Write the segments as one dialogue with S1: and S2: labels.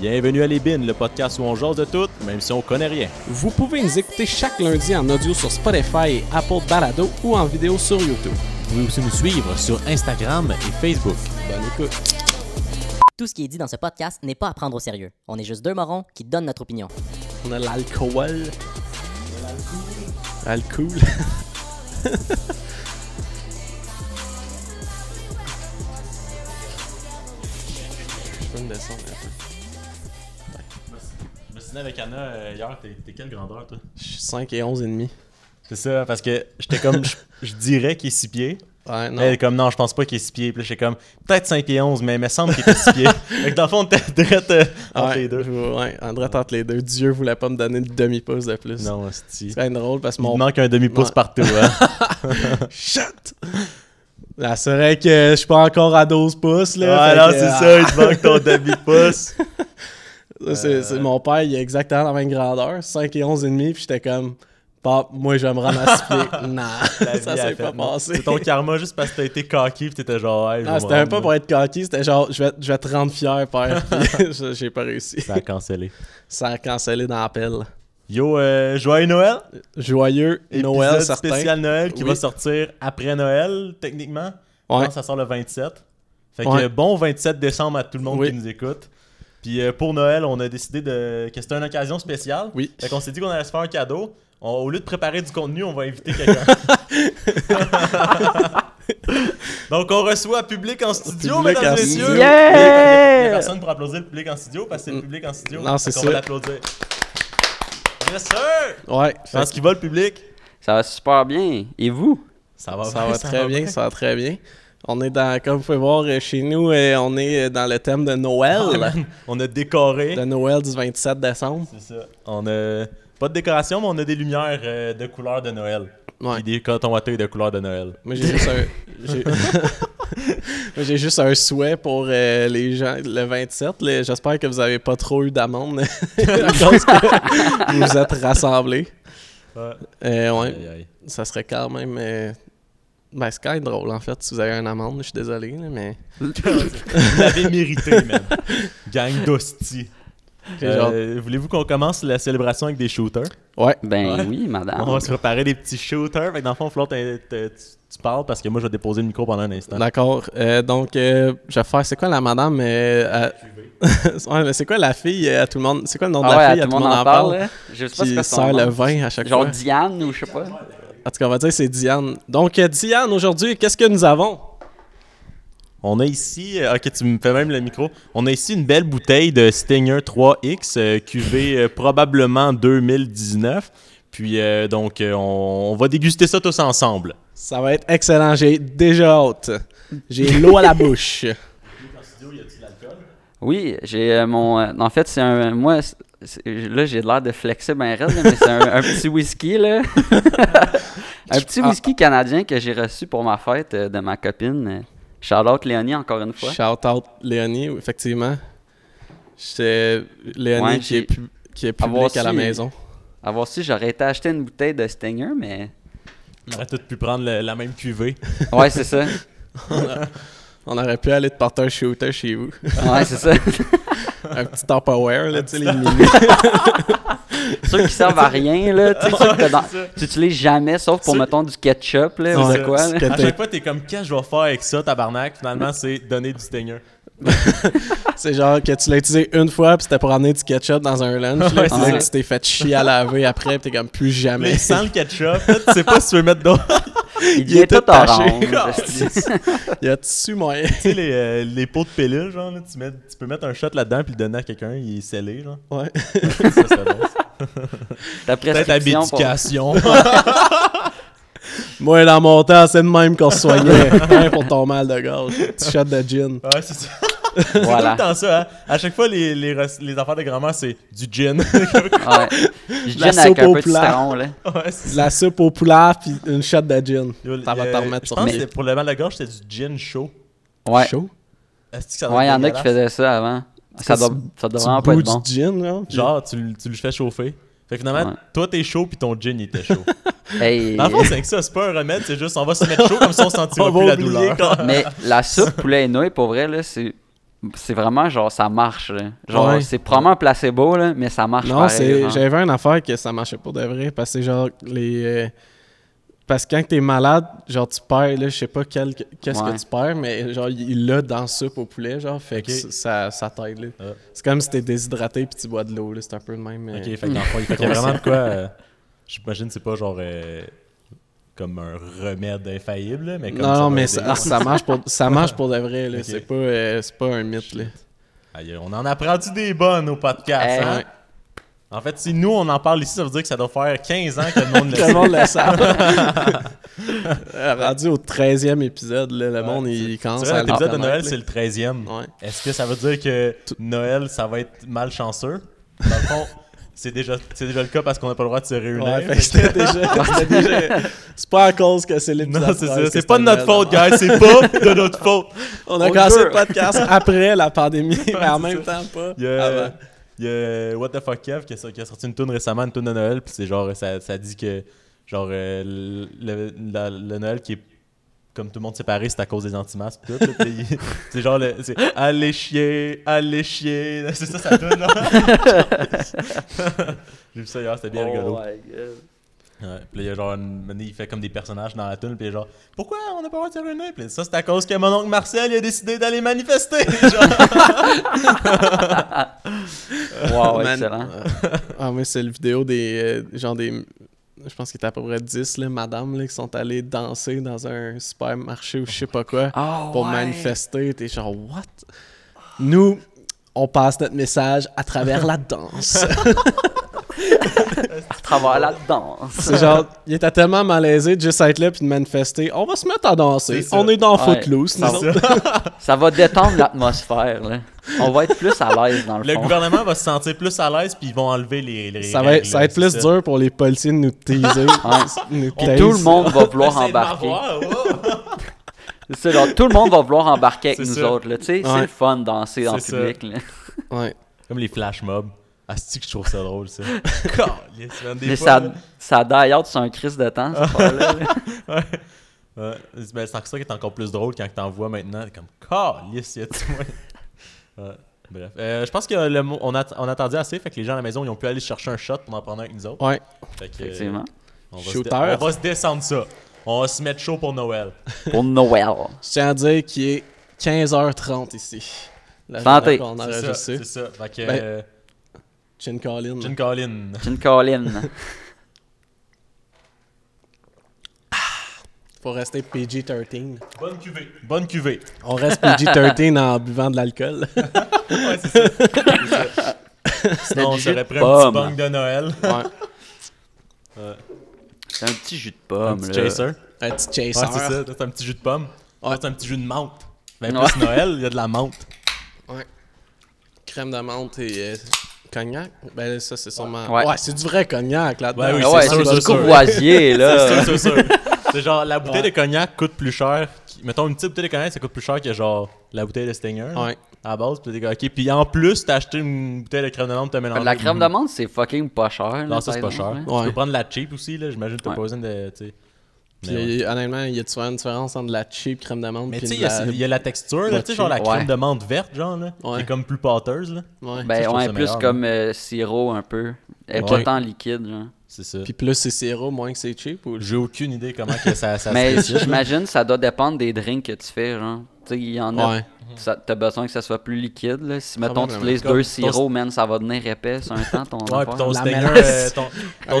S1: Bienvenue à Les Bines, le podcast où on jase de tout, même si on connaît rien.
S2: Vous pouvez nous écouter chaque lundi en audio sur Spotify et Apple Balado ou en vidéo sur YouTube.
S1: Vous pouvez aussi nous suivre sur Instagram et Facebook.
S2: Bonne écoute.
S3: Tout ce qui est dit dans ce podcast n'est pas à prendre au sérieux. On est juste deux morons qui donnent notre opinion.
S2: On a l'alcool. Alcool. Je peux me descendre un peu.
S1: Je me suis dit avec Anna euh, hier, t'es t'es quelle grandeur, toi?
S2: Je suis 5 et 11 et demi.
S1: C'est ça, parce que j'étais comme, je, je dirais qu'il est 6 pieds.
S2: Ouais, non.
S1: Elle est comme, non, je pense pas qu'il est 6 pieds. Puis là, j'étais comme, peut-être 5 pieds 11, mais il me semble qu'il était 6 pieds. Fait que dans le fond, t'es direct euh, entre
S2: ouais,
S1: les deux.
S2: je- Ouais, en droite entre les deux. Dieu voulait pas me donner de demi-pouce de plus.
S1: Non, c'est
S2: C'est bien drôle parce que
S1: Il
S2: mon
S1: manque un demi-pouce
S2: Ouais.
S1: partout, hein?
S2: Shut! Là, c'est vrai que je suis pas encore à 12 pouces, là.
S1: Ouais,
S2: fait
S1: non,
S2: que-
S1: c'est
S2: ah,
S1: ça, il te manque ton demi-pouce.
S2: ça, c'est- c'est- mon père, il a exactement la même grandeur, 5 et 11 et demi, puis j'étais comme, pop, moi, je vais me rendre à six pieds. non,
S1: La
S2: ça
S1: vie,
S2: s'est
S1: elle
S2: pas
S1: fait, non.
S2: passé.
S1: C'est ton karma juste parce que t'as été cocky pis t'étais genre, hey, je
S2: Non,
S1: vais
S2: c'était
S1: me
S2: même pas
S1: rendre,
S2: pour
S1: là.
S2: être coquille, c'était genre, je vais, je vais te rendre fier, père. Puis je- J'ai pas réussi.
S1: Ça a cancellé.
S2: Ça a cancellé dans la pelle.
S1: Yo, euh, joyeux Noël!
S2: Joyeux Noël,
S1: Épisode
S2: certain.
S1: spécial Noël qui
S2: Oui.
S1: va sortir après Noël, techniquement.
S2: Ouais.
S1: Je pense que ça sort le 27. Fait que
S2: Ouais.
S1: euh, bon 27 décembre à tout le monde
S2: Oui.
S1: qui nous écoute. Puis euh, pour Noël, on a décidé de... que c'était une occasion spéciale.
S2: Oui.
S1: Fait qu'on s'est dit qu'on allait se faire un cadeau. On- Au lieu de préparer du contenu, on va inviter quelqu'un. Donc on reçoit public en studio,
S2: Public
S1: mesdames
S2: en
S1: et messieurs.
S2: studio.
S1: Il n'y a personne pour applaudir le public en studio parce que c'est le
S2: Mm.
S1: public en studio.
S2: Non, c'est
S1: Fait qu'on
S2: sûr.
S1: va l'applaudir. Yes, sir!
S2: Ouais, fait
S1: Dans ce qui va, le public?
S4: Ça va super bien. Et vous?
S1: Ça va,
S2: Ça va très bien, ça va très bien. On est dans, comme vous pouvez voir euh, chez nous, euh, on est euh, dans le thème de
S1: Ah,
S2: Noël,
S1: On a décoré.
S2: de Noël du 27 décembre.
S1: C'est ça. On a pas de décoration, mais on a des lumières euh, de couleur de Noël.
S2: Ouais.
S1: Puis des cotons à thé de couleur de Noël.
S2: Moi j'ai juste un, j'ai- Moi, j'ai juste un souhait pour euh, les gens le 27. là. J'espère que vous avez pas trop eu d'amende à cause que vous vous êtes rassemblés. Euh, ouais,
S1: Aïe, aïe.
S2: ça serait quand même, euh, ben c'est quand même drôle en fait si vous avez une amende. Je suis désolé, là, mais
S1: Vous l'avez mérité, man. Gang d'hosties.
S2: J'ai genre-
S1: Euh, Voulez-vous qu'on commence la célébration avec des shooters?
S2: ouais.
S4: Ben
S1: Ouais.
S4: oui, madame.
S1: On va se préparer des petits shooters. Fait que dans le fond, Flo, t'es- t'es- tu tu parles parce que moi, je vais déposer le micro pendant un instant.
S2: D'accord. Euh, donc, euh, je vais faire. C'est quoi la madame euh, à- Ouais, mais c'est quoi la fille euh, à tout le monde C'est quoi le nom de
S4: ah
S2: la
S4: ouais,
S2: fille
S4: à tout le monde en parle. là. Je sais pas
S2: Qui
S4: c'est quoi son
S2: sert
S4: nom.
S2: le vin à chaque
S4: Genre
S2: fois.
S4: Diane ou je sais pas.
S2: En tout cas, on va dire c'est Diane. Donc, euh, Diane, aujourd'hui, qu'est-ce que nous avons
S1: On a ici, euh, ok, tu me fais même le micro. On a ici une belle bouteille de Stinger 3X, euh, cuvée euh, probablement 2019. Puis euh, donc, euh, on, on va déguster ça tous ensemble.
S2: Ça va être excellent. J'ai déjà hâte. J'ai l'eau à la bouche.
S4: Oui, j'ai euh, mon. euh, en fait, c'est un. Moi, c'est- c'est- là, j'ai l'air de flexer ben raide, là, mais c'est un, un petit whisky, là. un petit
S2: Ah.
S4: whisky canadien que j'ai reçu pour ma fête euh, de ma copine. Charlotte Léonie, encore une fois.
S2: Shout out Léonie, oui, effectivement. C'est Léonie
S4: Ouais,
S2: qui, est
S4: j'ai-
S2: pub- qui est
S4: Avoir
S2: publique à la
S4: su-
S2: maison.
S4: Avoir su, j'aurais été acheter une bouteille de Stinger, mais.
S1: On aurait tous pu prendre le- la même cuvée.
S4: Ouais, c'est ça.
S2: On aurait pu aller te porter un shooter chez vous.
S4: Ouais, c'est ça.
S2: un petit Tupperware, là, tu sais, les mini.
S4: ceux qui servent à rien, là. Tu sais, ceux que dans-
S1: ça.
S4: tu utilises jamais, sauf pour,
S1: Ceux-
S4: mettons, du ketchup, là, ou
S2: Ouais,
S4: de quoi,
S2: c'est
S4: là.
S2: que
S1: À
S2: t'es-
S1: chaque fois, t'es comme, qu'est-ce que je vais faire avec ça, tabarnak? Finalement, c'est donner du Stinger.
S2: C'est genre que tu l'as utilisé une fois, puis c'était pour amener du ketchup dans un lunch. Là,
S1: Ouais,
S2: puis
S4: c'est
S2: là,
S4: ça.
S2: tu t'es fait chier à laver après, puis t'es comme plus
S1: Mais
S2: jamais.
S1: il sent le ketchup, tu sais pas si tu veux mettre d'autres.
S4: Il
S2: il est
S4: devient
S2: tout
S4: tout
S2: taché.
S4: orange. esti.
S2: Il y a dessus moyen.
S1: tu sais, les, euh, les pots de pilule, genre, là, tu, mets- tu peux mettre un shot là-dedans puis le donner à quelqu'un, il est scellé, genre.
S2: Ouais.
S1: Ça, c'est bon.
S4: Ta
S1: Peut-être à
S4: prescription pour...
S1: médication.
S2: Moi, dans mon temps, c'est de même qu'on se soignait. Hein, pour ton mal de gorge. Petit shot de gin.
S1: ouais, c'est ça. Tout le
S4: Voilà.
S1: temps ça, hein? À chaque fois, les, les, rec- les affaires de grand-mère, c'est du gin.
S4: Ouais. Je
S2: La
S4: gêne avec
S2: soupe
S4: un
S2: au
S4: peu de
S2: plat.
S4: citron, là.
S1: ouais, c'est
S2: De la soupe au poulard, puis une shot de gin.
S1: Yo,
S2: Ça va
S1: euh,
S2: te remettre
S1: Je
S2: sur
S1: pense
S4: pied.
S1: que c'est pour le mal de gorge, c'était du gin chaud.
S4: Ouais.
S2: chaud.
S1: Est-ce que ça doit
S4: Ouais, il y
S1: être
S4: en a qui
S1: dégueulasse?
S4: faisaient ça avant. Ça
S2: que
S4: doit,
S2: tu-
S4: ça doit
S2: Tu
S4: vraiment pas
S2: bois
S4: être
S2: du
S4: bon.
S2: gin, genre.
S1: Genre, tu, le- tu le fais chauffer. Fait que finalement,
S4: Ouais.
S1: toi, t'es chaud, puis ton gin, il était chaud.
S4: Hey.
S1: Dans le fond, c'est que ça, c'est pas un remède, c'est juste on va se mettre chaud comme ça, on sentira
S2: On
S1: plus
S2: va
S1: la
S2: oublier
S1: douleur.
S2: qu'on-
S4: Mais la soupe poulet et nouilles, pour vrai, là, c'est c'est vraiment genre ça marche. là. Genre
S2: Ouais.
S4: c'est probablement un placebo là, mais ça marche
S2: Non,
S4: pareil,
S2: c'est
S4: genre.
S2: j'avais une affaire que ça marchait pour de vrai parce que c'est genre les euh, parce que quand t'es malade, genre tu perds là, je sais pas quel qu'est-ce
S4: Ouais.
S2: que tu perds mais genre il il l'a dans la soupe au poulet genre fait que
S1: Ok.
S2: c- ça ça t'aide là.
S1: Ah.
S2: C'est comme si t'es déshydraté puis tu bois de l'eau là, c'est un peu le même. euh,
S1: Ok, fait que dans le fond, il fait qu'il y a vraiment de quoi. euh, J'imagine que c'est pas genre euh, comme un remède infaillible, là, mais comme
S2: non,
S1: ça
S2: non,
S1: va
S2: mais
S1: aider.
S2: ça, ah, ça marche pour ça marche pour de vrai là,
S1: Ok.
S2: c'est pas euh, c'est pas un mythe là.
S1: Aïe, on en apprend-tu des bonnes au podcast?
S4: Hey.
S1: hein?
S2: Eh Ouais.
S1: En fait, si nous on en parle ici, ça veut dire que ça doit faire 15 ans que le monde le
S2: Tout le
S1: sait.
S2: monde le sait. Euh, Rendu au 13e épisode, là, le monde,
S1: Tu
S2: il commence
S1: vois,
S2: à le
S1: l'épisode de
S2: connaître,
S1: Noël,
S2: là.
S1: c'est le 13e.
S2: Ouais.
S1: Est-ce que ça veut dire que Noël, ça va être malchanceux? Dans le fond, c'est déjà, c'est déjà le cas parce qu'on n'a pas le droit de se réunir.
S2: Ouais, fait que
S1: Fait
S2: c'était déjà- c'était déjà- C'est pas à cause que c'est
S1: que- non,
S2: l'épisode.
S1: c'est
S2: 13
S1: ça.
S2: que
S1: C'est
S2: c'était
S1: pas de notre
S2: Noël.
S1: faute, guys. C'est pas de notre faute.
S2: On a
S4: On
S2: commencé
S4: le
S2: le
S4: veut.
S2: podcast après la pandémie, mais en
S1: c'est
S2: même temps pas.
S1: Il y
S4: Ah
S1: a,
S4: bah.
S2: avant.
S1: il y a What the fuck Kev qui a, sor- qui a sorti une tune récemment, une tune de Noël, puis c'est genre ça, ça dit que genre euh, le, la- le Noël qui est comme tout le monde séparé, c'est à cause des antimasques pis tout. là, puis il- c'est genre le, c'est allez chier, allez chier. C'est ça ça tune là. J'ai vu ça hier, c'était bien rigolo.
S4: Oh my God.
S1: Ouais, Puis là, il y a genre une une- il fait comme des personnages dans la tune puis il est genre pourquoi on n'a pas le droit de se réunir Puis ça c'est à cause que mon oncle Marcel il a décidé d'aller manifester. Genre.
S4: Wow,
S2: Man.
S4: excellent.
S2: Ah, mais c'est le vidéo des. euh, genre des. Je pense qu'il était à peu près 10 là, madame là, qui sont allées danser dans un supermarché ou je sais pas quoi
S4: Ah,
S2: pour
S4: ouais.
S2: manifester. T'es genre, what? Nous, on passe notre message à travers la danse.
S4: À travers la danse.
S2: C'est genre, il était tellement malaisé de juste être là puis de manifester. On va se mettre à danser.
S1: C'est ça.
S2: On est dans
S4: Ouais,
S2: Footloose, nous
S4: ça
S2: autres.
S4: Ça va détendre l'atmosphère. là. On va être plus à l'aise dans le,
S1: Le
S4: fond.
S1: gouvernement va se sentir plus à l'aise puis ils vont enlever les, les
S2: Ça va, être,
S1: règles,
S2: ça va être
S1: c'est
S2: plus
S1: ça.
S2: dur pour les policiers de nous teaser. nous
S4: Puis
S2: taser.
S4: tout le monde va vouloir
S1: Essayez de
S4: embarquer.
S1: m'avoir, oh!
S4: C'est genre, tout le monde va vouloir embarquer avec
S1: C'est
S4: nous
S1: ça.
S4: autres. là. Tu sais,
S2: Ouais.
S4: c'est le fun de danser en
S1: C'est ça.
S4: public. là.
S2: Ouais.
S1: Comme les flash mobs. Asti que je trouve ça drôle ça. Calisse, man, des
S4: Mais
S1: fois,
S4: ça,
S1: là.
S4: ça die out sur un crise de temps, cette affaire-là. là.
S1: Ouais. Ben, c'est ça qui est encore plus drôle quand t'en vois maintenant. T'es Comme calisse, y a-tu moyen? Ouais. Bref, Euh, je pense que le mot- on, a, on attendait assez, fait que les gens à la maison ils ont pu aller chercher un shot pour en prendre un avec nous autres.
S2: Ouais.
S1: Fait que, euh,
S4: Effectivement.
S1: on, va se
S2: Shooter.
S1: dé- on va se descendre ça. On va se mettre chaud pour Noël.
S4: Pour Noël.
S2: Je tiens à dire qu'il est 15h30 ici. La
S4: Santé.
S2: journée qu'on
S1: C'est ça,
S2: enregistré.
S1: c'est ça. Fait que,
S2: Ben-
S1: euh,
S2: Chin Colin.
S1: Gin Colin.
S4: Gin Colin.
S2: Faut rester PG-13.
S1: Bonne cuvée. Bonne cuvée.
S2: On reste PG-13 en buvant de l'alcool.
S1: Ouais, c'est ça. C'est ça. Sinon, on
S4: du jus
S1: serait
S4: de
S1: pris un petit
S4: pomme.
S1: bang de Noël.
S2: Ouais.
S4: C'est un petit jus de pomme.
S1: un petit
S4: là. Ah
S1: chaser. Ouais,
S2: Un petit
S1: c'est
S2: chaser.
S1: ça. Ça, C'est un petit jus de pomme. Ça, C'est un petit jus de menthe. Ben,
S4: Ouais.
S1: plus Noël, il y a de la menthe.
S2: Ouais. Crème de menthe et euh, cognac. Ben là, ça, c'est sûrement. Ouais,
S4: Ouais.
S2: c'est du vrai cognac là-dedans.
S1: Ouais, oui,
S4: Ah
S1: c'est
S4: ouais,
S1: sûr,
S4: c'est
S1: c'est
S4: du
S1: sûr.
S4: courvoisier,
S1: C'est sûr,
S4: là.
S1: c'est sûr. C'est genre, la bouteille de cognac coûte plus cher. qu'- Mettons, une petite bouteille de cognac, ça coûte plus cher que genre la bouteille de Stinger. là,
S2: Ouais.
S1: À la base, puis t'es comme, ok. Puis en plus, t'as acheté une bouteille de crème de menthe, t'as mélangé.
S4: La crème de menthe, c'est fucking pas cher.
S1: Non, ça, c'est pas cher.
S2: Ouais.
S1: Tu peux prendre la cheap aussi, là. J'imagine que t'as
S4: Ouais.
S1: pas besoin de. tu sais.
S2: Puis,
S1: Mais ouais.
S2: euh, honnêtement, il y a souvent une différence entre la cheap crème de menthe
S1: Mais
S2: et
S1: tu sais, il y,
S2: la...
S1: a- il y a la texture, là, tu sais, genre la
S4: Ouais.
S1: crème de menthe verte, genre, là, qui
S2: Ouais.
S1: est comme plus pâteuse, là.
S2: Ouais.
S1: Ça, je
S4: Ben
S1: trouve
S4: ouais,
S1: ça
S4: plus
S1: meilleur,
S4: comme euh, sirop un peu. Elle est
S1: Ok.
S4: pas tant liquide, genre.
S1: C'est ça.
S2: Puis plus c'est sirop, moins que c'est cheap. Ou...
S1: J'ai aucune idée comment que ça, ça
S4: Mais
S1: se réussit.
S4: j'imagine ça doit dépendre des drinks que tu fais, genre. Tu sais, il y en a.
S2: Ouais.
S4: ça- T'as besoin que ça soit plus liquide, là. Si, mettons, tu
S2: Probablement.
S4: utilises
S1: Comme
S4: deux
S1: ton-
S4: sirops, man, ça va devenir épais sur un temps, ton
S1: Ouais,
S4: affaire.
S1: puis ton
S2: La
S1: stinger,
S2: mélasse.
S1: euh, ton, ton
S2: Un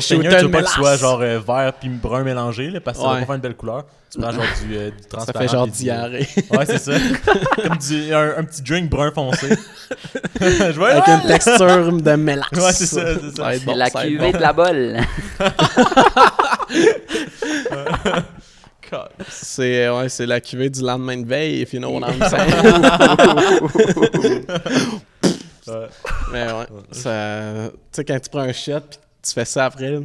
S1: stinger,
S2: shooter
S1: tu veux pas qu'il
S2: mélasse.
S1: soit genre euh, vert puis brun mélangé, là, parce que ça va
S2: Ouais.
S1: pas faire une belle couleur. Tu prends genre du, euh, du
S2: Ça
S1: transparent.
S2: fait genre
S1: puis du-
S2: diarrhée.
S1: Ouais, c'est ça. comme du, un, un petit drink brun foncé. Je vois,
S2: Avec
S1: ouais,
S2: une texture de mélasse.
S1: Ouais, c'est ça, c'est ça.
S2: va être
S4: C'est
S2: bon,
S4: la
S2: ça va être
S4: cuvée
S2: bon.
S4: de la bolle.
S1: God.
S2: C'est ouais, c'est la cuvée du lendemain de veille, if you know what I'm saying.
S1: Ouais,
S2: Mais ouais, ça... Tu sais, quand tu prends un shot puis tu fais ça après,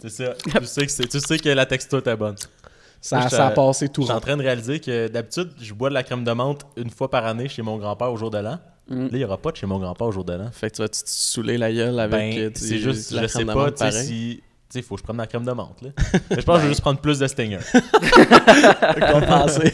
S1: c'est ça. Tu sais, que c'est- tu sais que la texture est bonne.
S2: ça,
S1: Moi, je
S2: ça a
S1: t'ai-
S2: passé tout
S1: Je suis en
S2: rond.
S1: train de réaliser que d'habitude, je bois de la crème de menthe une fois par année chez mon grand-père au jour de l'an. Là, il n'y aura pas de chez mon grand-père au jour de l'an.
S2: Fait que tu vas te saouler la gueule avec
S1: Ben,
S2: euh, du-
S1: c'est juste,
S2: de la
S1: je sais
S2: crème de
S1: pas
S2: menthe
S1: tu sais,
S2: pareil. Ben.
S1: si sais, il faut que je prenne ma crème de menthe. Là. Mais je pense que je vais juste prendre plus de Stinger.
S2: Compensé.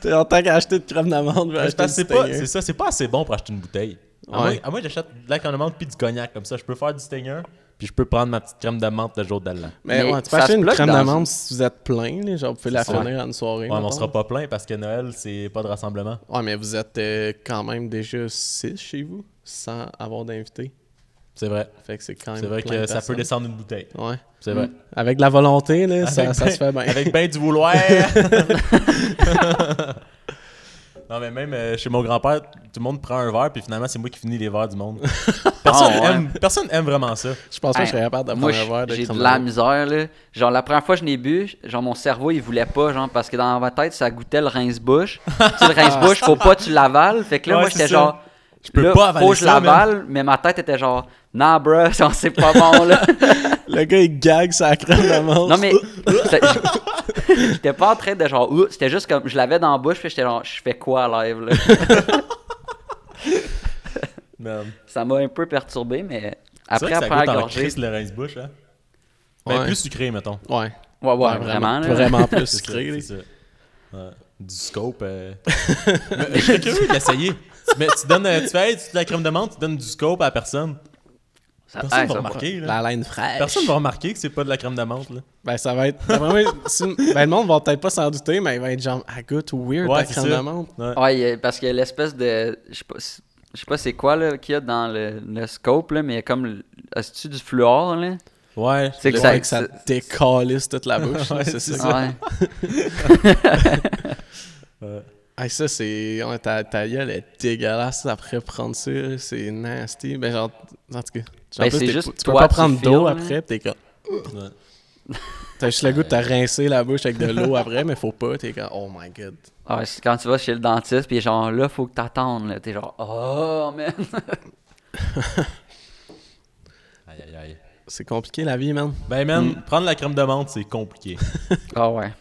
S2: T'es Ah, en tant qu'à acheter de crème d'amande, je vais
S1: Je
S2: acheter
S1: pense que Ben, c'est
S2: du
S1: pas,
S2: Stinger.
S1: c'est ça, c'est pas assez bon pour acheter une bouteille. À
S2: Ouais.
S1: moins- à moins que j'achète de la crème de menthe puis du cognac comme ça, je peux faire du Stinger puis je peux prendre ma petite crème de menthe le jour d'Allan.
S2: Mais,
S4: Mais
S2: ouais, tu peux
S4: ça se
S2: acheter une
S4: bloque
S2: crème
S4: dans-
S2: d'amande si vous êtes plein, là, genre vous pouvez la
S1: C'est ça.
S2: finir en une soirée.
S1: Ouais, mais on
S2: mettons.
S1: sera pas plein parce que Noël, c'est pas de rassemblement.
S2: Ouais, mais vous êtes euh, quand même déjà 6 chez vous sans avoir d'invité.
S1: C'est vrai.
S2: Fait que c'est quand même.
S1: C'est vrai
S2: plein de
S1: que ça peut
S2: personnes.
S1: descendre une bouteille.
S2: Ouais.
S1: C'est vrai.
S2: Avec de la volonté, là, Ah, ça,
S1: Avec
S2: ça
S1: ben-
S2: se fait bien.
S1: Avec ben du vouloir. non, mais même euh, chez mon grand-père, tout le monde prend un verre, puis finalement, c'est moi qui finis les verres du monde. Personne,
S4: Ah ouais.
S1: aime, personne aime vraiment ça.
S2: Je pense pas que
S4: Hey,
S2: je serais capable de
S4: Moi,
S2: prendre un verre de
S4: j'ai
S2: crème
S4: de la
S2: d'amande.
S4: misère, là. Genre, la première fois que je l'ai bu, genre, mon cerveau, il voulait pas, genre, parce que dans ma tête, ça goûtait le rince-bouche. tu sais, le rince-bouche, faut pas que tu l'avales. Fait que là,
S1: Ouais,
S4: moi,
S1: c'est
S4: j'étais
S1: ça.
S4: genre, je
S1: peux
S4: là,
S1: pas avaler
S4: faut que je
S1: ça, man.
S4: l'avale, mais ma tête était genre, nah, bruh, ça, c'est pas bon, là.
S2: Le gars, il gague sa crème d'amande.
S4: non, mais,
S1: Euh,
S4: ça- je- j'étais pas en train de genre, Ouh c'était juste comme, je l'avais dans la bouche, puis j'étais genre, je fais quoi à live, là?
S1: Man.
S4: ça m'a un peu perturbé, mais
S1: C'est
S4: après,
S1: vrai que ça
S4: après
S1: goûte en
S4: gorgée.
S1: crise, le rince-bouche. Hein? Mais
S2: Ouais.
S1: plus sucré, mettons.
S2: Ouais.
S4: Ouais, ouais,
S2: Ouais,
S4: vraiment,
S2: vraiment.
S4: là.
S2: Vraiment plus
S1: C'est ça,
S2: sucré. là.
S1: c'est ça. Ouais. Du scope. euh. Mais je serais curieux de l'essayer. Tu, mets- tu donnes, euh, tu fais hey, tu- de la crème de menthe, tu donnes du scope à la personne.
S4: Ça-
S1: Personne
S4: hey,
S1: va
S4: ça-
S1: remarquer. là.
S2: La laine fraîche.
S1: Personne va remarquer que c'est pas de la crème de menthe. Là.
S2: Ben, ça va être. d'après moi, si- ben, le monde va peut-être pas s'en douter, mais il va être genre, ah, goûte weird
S1: Ouais,
S2: la
S1: c'est
S2: crème
S1: ça.
S2: d'amande.
S1: Ouais.
S4: Ouais, il y a- parce que l'espèce de. Je sais pas, si- je sais pas c'est quoi là, qu'il y a dans le, le scope, là, mais il y a comme. le- Est-ce-tu du fluor, là?
S1: Ouais.
S4: C'est que
S2: Le
S4: ça-
S2: fait que ça
S4: c'est-
S2: décalisse toute la bouche. là, c'est ça.
S4: Ouais.
S2: Hey, ça, c'est. ouais, ta, ta gueule est dégueulasse après prendre ça. là, C'est nasty. Ben, genre. En tout cas. Genre, en
S4: Ben,
S2: plus,
S4: c'est
S2: t'es-
S4: juste
S2: tu peux
S4: toi,
S2: pas
S4: tu
S2: prendre
S4: filmes,
S2: d'eau
S4: là.
S2: après, pis t'es comme.
S1: Ouais.
S2: T'as juste le goût de te rincer la bouche avec de l'eau après, mais faut pas. T'es comme, oh my god.
S4: Ouais, c'est quand tu vas chez le dentiste, puis genre là, faut que t'attendes, là. T'es genre, oh, man.
S1: Aïe, aïe, aïe.
S2: C'est compliqué la vie, man.
S1: Ben, man, prendre la crème de menthe, c'est compliqué.
S4: Ah ouais.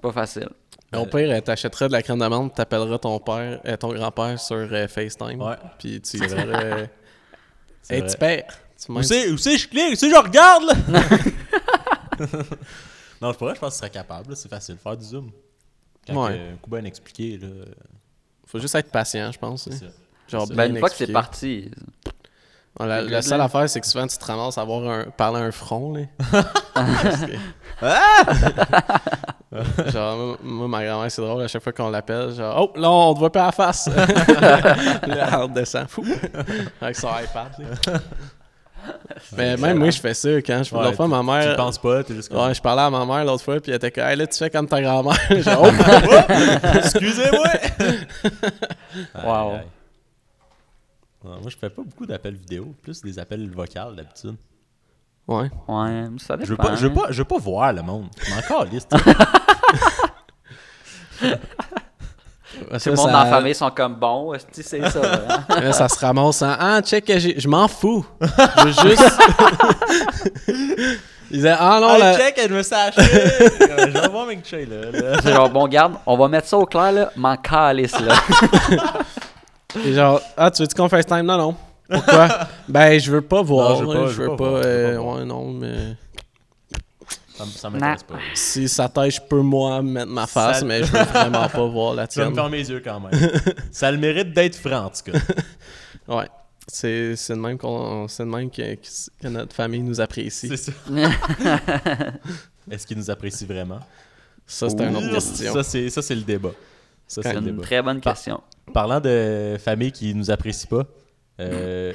S4: Pas facile.
S2: Mais au pire, euh, t'achèteras de la crème d'amande, t'appelleras ton père, euh, ton grand-père sur euh, FaceTime.
S1: Ouais.
S2: Puis tu diras. euh,
S1: C'est
S2: hey,
S1: vrai.
S2: tu perds. Tu
S1: Où
S2: m'aimes.
S1: c'est où c'est je clique? Où c'est je regarde, là? non, je pourrais, je pense que je serais capable. là. C'est facile. Faire du zoom. Quand
S2: Ouais.
S1: que un coup bien expliqué, là.
S2: Faut juste être patient, je pense. hein.
S1: c'est ça.
S2: Genre,
S4: Ben,
S2: bien
S4: une fois que c'est
S2: expliquer.
S4: parti.
S2: Ouais, la,
S4: C'est
S2: la
S4: good,
S2: seule
S4: là.
S2: affaire, c'est que souvent, tu te ramasses à avoir un, parler à un front, là. Parce que-
S1: Ah!
S2: genre, moi- moi, ma grand-mère, c'est drôle, à chaque fois qu'on l'appelle, genre, oh, là, on te voit pas à la face. là, on redescend, fou. Avec son iPad, là. Mais même moi, je fais ça quand je.
S1: Ouais,
S2: l'autre fois, ma
S1: Tu
S2: mère.
S1: y penses pas, t'es juste comme.
S2: Ouais, je parlais à ma mère l'autre fois, puis elle était comme, hey, là, tu fais comme ta grand-mère. Genre, oh,
S1: Excusez-moi!
S4: Wow.
S1: Aïe, aïe. Non, moi, je fais pas beaucoup d'appels vidéo, plus des appels vocaux d'habitude.
S2: Ouais.
S4: Ouais, ça dépend.
S1: Je veux pas, je veux pas, je veux pas voir le monde. Je m'en calisse, tu sais.
S4: Tout le monde dans la famille sont comme bon, est-ce que c'est ça. hein?
S2: Là, ça se ramasse en Ah, check, que j'ai- je m'en fous. Je veux juste. Il disait Ah non,
S1: Hey,
S2: là.
S1: check, elle me s'est acheté! je vais voir Ming Choi, là. là.
S4: C'est genre, bon, garde, on va mettre ça au clair, là. M'en calisse, là.
S2: Et genre, Ah, tu veux-tu qu'on FaceTime Non, non. Pourquoi Ben, je veux pas voir.
S1: je veux
S2: là,
S1: pas,
S2: je veux pas.
S1: voir, je veux
S2: euh,
S1: pas voir.
S2: ouais, non, mais.
S1: Ça, m- ça m'intéresse pas.
S2: Si ça t'aide, je peux moi mettre ma face,
S1: Ça-
S2: mais je veux vraiment pas voir la
S1: Tu vas me
S2: tienne.
S1: fermer les yeux quand même. ça a le mérite d'être franc, en tout cas.
S2: Ouais. C'est c'est de même, qu'on c'est de même que, que notre famille nous apprécie.
S1: C'est ça. Est-ce qu'il nous apprécie vraiment?
S2: Ça, c'est une autre question.
S1: Ça, c'est, ça, c'est le débat. Ça, c'est
S4: C'est
S1: le
S4: une
S1: débat.
S4: très bonne question.
S1: Parlant de famille qui nous apprécie pas, euh,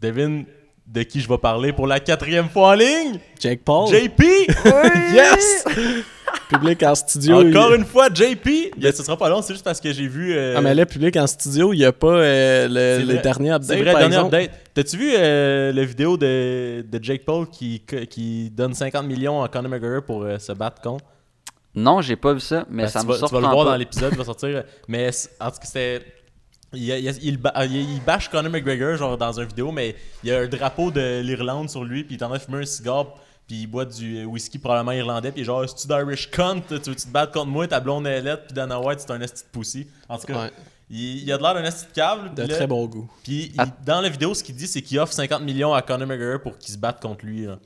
S1: devine de qui je vais parler pour la quatrième fois en ligne?
S2: Jake Paul,
S1: JP! yes!
S2: public en studio.
S1: Encore
S2: il-
S1: une fois, JP! Mais ce sera pas long, c'est juste parce que j'ai vu... euh,
S2: Ah, mais là, public en studio, il n'y a pas euh, le-
S1: C'est
S2: les
S1: vrai.
S2: derniers updates.
S1: C'est vrai,
S2: par
S1: dernier
S2: exemple.
S1: update. T'as-tu vu euh, la vidéo de, de Jake Paul qui, qui donne 50 millions à Conor McGregor pour euh, se battre contre?
S4: Non, j'ai pas vu ça, mais
S1: Ben,
S4: ça
S1: tu,
S4: me
S1: vas, tu vas
S4: surprend
S1: le voir
S4: pas.
S1: dans l'épisode, il va sortir. euh, Mais c- en tout cas, c'était. Il, il- il ba- il- il bâche Conor McGregor genre, dans une vidéo, mais il y a un drapeau de l'Irlande sur lui, puis il est en train de fumer un cigare, puis il boit du euh, whisky probablement irlandais, puis genre, si tu d'Irish cunt, tu veux te battre contre moi, ta blonde est laide, puis Dana White, c'est un esti de pussy. En tout cas,
S2: Ouais.
S1: il- Il, il a de l'air d'un esti de câble.
S2: De
S1: puis là-
S2: très bon goût.
S1: Puis il-
S4: Ah.
S1: dans la vidéo, ce qu'il dit, c'est qu'il offre 50 millions à Conor McGregor pour qu'il se batte contre lui. là.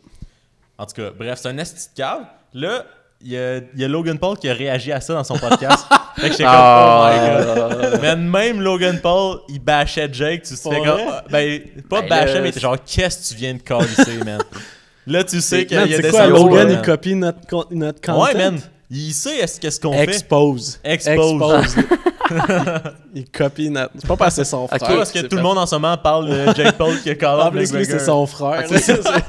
S1: En tout cas, bref, c'est un esti de cave. Là, il y, a, il y a Logan Paul qui a réagi à ça dans son podcast. fait que j'étais comme, oh my god.
S4: Ah.
S1: Man, même Logan Paul, il bâchait Jake. Tu sais,
S2: Pour
S1: comme.
S2: vrai?
S1: Ben, pas
S4: Ben,
S1: bâchait,
S4: là,
S1: mais t'es genre, qu'est-ce que tu viens de calisser, man? Là, tu sais qu'il y a
S2: Man,
S1: des
S2: c'est quoi,
S1: sanctions,
S2: Logan,
S1: man.
S2: il copie notre, con- notre content?
S1: Ouais, man. Il sait est-ce- qu'est-ce qu'on fait. Eh.
S2: Expose.
S1: Expose.
S2: il, il copie notre... C'est pas parce que c'est son frère.
S1: Tu vois, parce que
S2: c'est
S1: tout le
S2: fait.
S1: monde en ce moment parle de Jake Paul qui a call
S2: En
S1: out
S2: plus, lui, c'est
S1: McGregor.
S2: son frère.
S4: Ok, c'est
S2: là.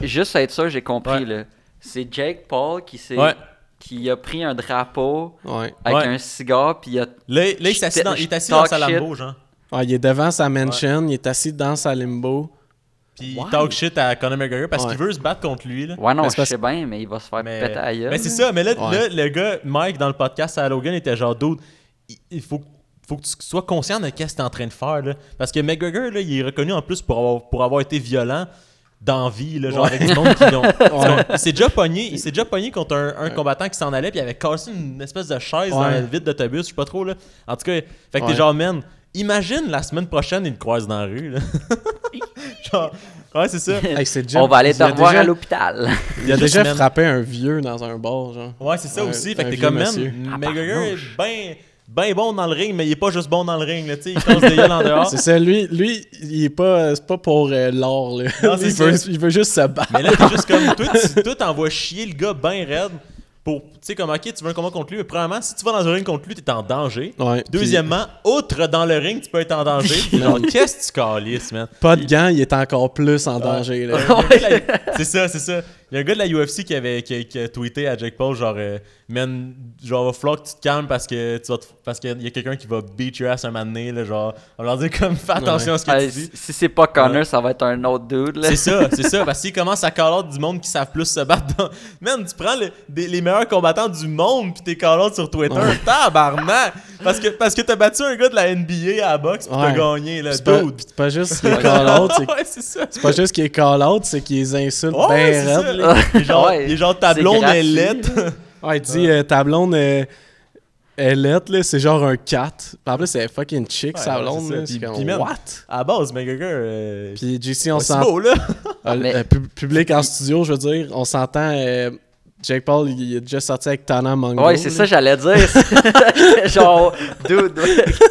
S4: Juste à être sûr, j'ai compris.
S1: Ouais.
S4: là. C'est Jake Paul qui, s'est-
S1: Ouais.
S4: qui a pris un drapeau
S2: ouais.
S4: avec
S1: Ouais.
S4: un cigare, puis il a
S1: Là, là, il, est assis dans, il est assis dans sa
S4: Talk shit.
S1: Lambo, genre.
S2: Ouais, il est devant sa mansion, il est assis dans sa limbo.
S1: Puis
S4: Why?
S1: il talk shit à Conor McGregor parce qu'il
S2: Ouais.
S1: veut se battre contre lui. Là.
S4: Ouais, non,
S2: Mais Ben,
S4: je
S2: c'est parce-
S4: sais bien, mais il va se faire
S1: Mais,
S4: péter ailleurs.
S1: mais c'est ça, mais là, là,
S2: Ouais.
S1: le gars, Mike, dans le podcast à Logan, était genre d'autres. Il, il faut, faut que tu sois conscient de qu'est-ce que tu es en train de faire. Là. Parce que McGregor, là, il est reconnu en plus pour avoir, pour avoir été violent dans vie, là, genre avec du monde qui l'ont. Il s'est déjà pogné, il s'est déjà pogné contre un, un combattant qui s'en allait, puis il avait cassé une espèce de chaise dans
S2: Ouais.
S1: le vide d'autobus, je sais pas trop. Là. En tout cas, fait que t'es
S2: Ouais.
S1: genre, man, imagine la semaine prochaine, il le croise dans la rue. Là. genre, ouais, c'est ça.
S2: Hey, c'est déjà-
S4: On va aller te
S2: il a
S4: revoir
S2: déjà-
S4: à l'hôpital.
S2: Il a
S1: Eh. Juste
S2: déjà
S1: même-
S2: frappé un vieux dans un bar, genre.
S1: Ouais, c'est ça
S2: Ouais,
S1: aussi. Fait que
S2: un
S1: t'es
S2: vieux
S1: comme, man,
S2: monsieur.
S1: McGregor est bien ben bon dans le ring, mais il est pas juste bon dans le ring, là, tu sais. Il casse des gueules en dehors.
S2: C'est ça, lui, lui, il est pas, c'est pas pour euh, l'or, là.
S1: Non,
S2: il,
S1: c'est
S2: veut,
S1: ça.
S2: il veut juste se battre.
S1: Mais là, t'es juste comme, toi, tu- toi, t'envoies chier le gars ben raide pour, tu sais, comme, ok, tu veux un combat contre lui, mais premièrement, si tu vas dans un ring contre lui, t'es en danger.
S2: Ouais, puis-
S1: Deuxièmement, outre dans le ring, tu peux être en danger. Genre, qu'est-ce que tu calisses, man?
S2: Pas de gants, il est encore plus en danger, là.
S1: Il y a un gars de la- C'est ça, c'est ça. Il y a un gars de la UFC qui avait qui, qui a tweeté à Jake Paul genre euh, man genre va falloir que tu te calmes parce que tu vas te- parce qu'il y a quelqu'un qui va beat your ass un moment donné là, genre on leur dit comme fais attention à ce que
S4: Hey,
S1: tu dis.
S4: si si c'est pas Connor,
S1: Ouais.
S4: ça va être un autre dude. Là.
S1: C'est ça, c'est ça. Parce qu'ils commencent à call out du monde qui savent plus se battre. Dans... Man, tu prends le- des- les meilleurs combattants du monde puis t'es call out sur Twitter. Tabarnak! Parce que, parce que t'as battu un gars de la NBA à la boxe pis t'as
S2: Ouais.
S1: gagné, là.
S2: C'est pas,
S1: Dude!
S2: c'est pas juste les call-out, c'est
S1: ouais, c'est ça.
S2: c'est pas juste qu'il est call-out, c'est qu'il les insulte
S1: Ouais,
S2: ben
S1: c'est ça.
S2: raide.
S1: là. Il est genre,
S4: Ouais.
S1: il est genre
S4: C'est
S1: tableau, on est
S4: gratuit.
S1: lettre.
S2: Ouais, il dit, euh, ta blonde, euh, elle est, là, c'est genre un 4. En plus, elle est fucking chic,
S1: Ouais,
S2: sa
S1: ouais,
S2: blonde,
S1: c'est ça.
S2: là. C'est
S1: Puis-
S2: comme,
S1: puis même-
S2: what?
S1: À la base, mais quelqu'un. Euh...
S2: Puis JC, on
S1: ouais, c'est
S2: s'entend.
S1: beau, là.
S2: Ah,
S4: Mais-
S2: le pub- public en studio, je veux dire, on s'entend. euh, Jake Paul, il il est déjà sorti avec Tana Mongo.
S4: Ouais, c'est
S2: là.
S4: ça, j'allais dire. Genre, dude,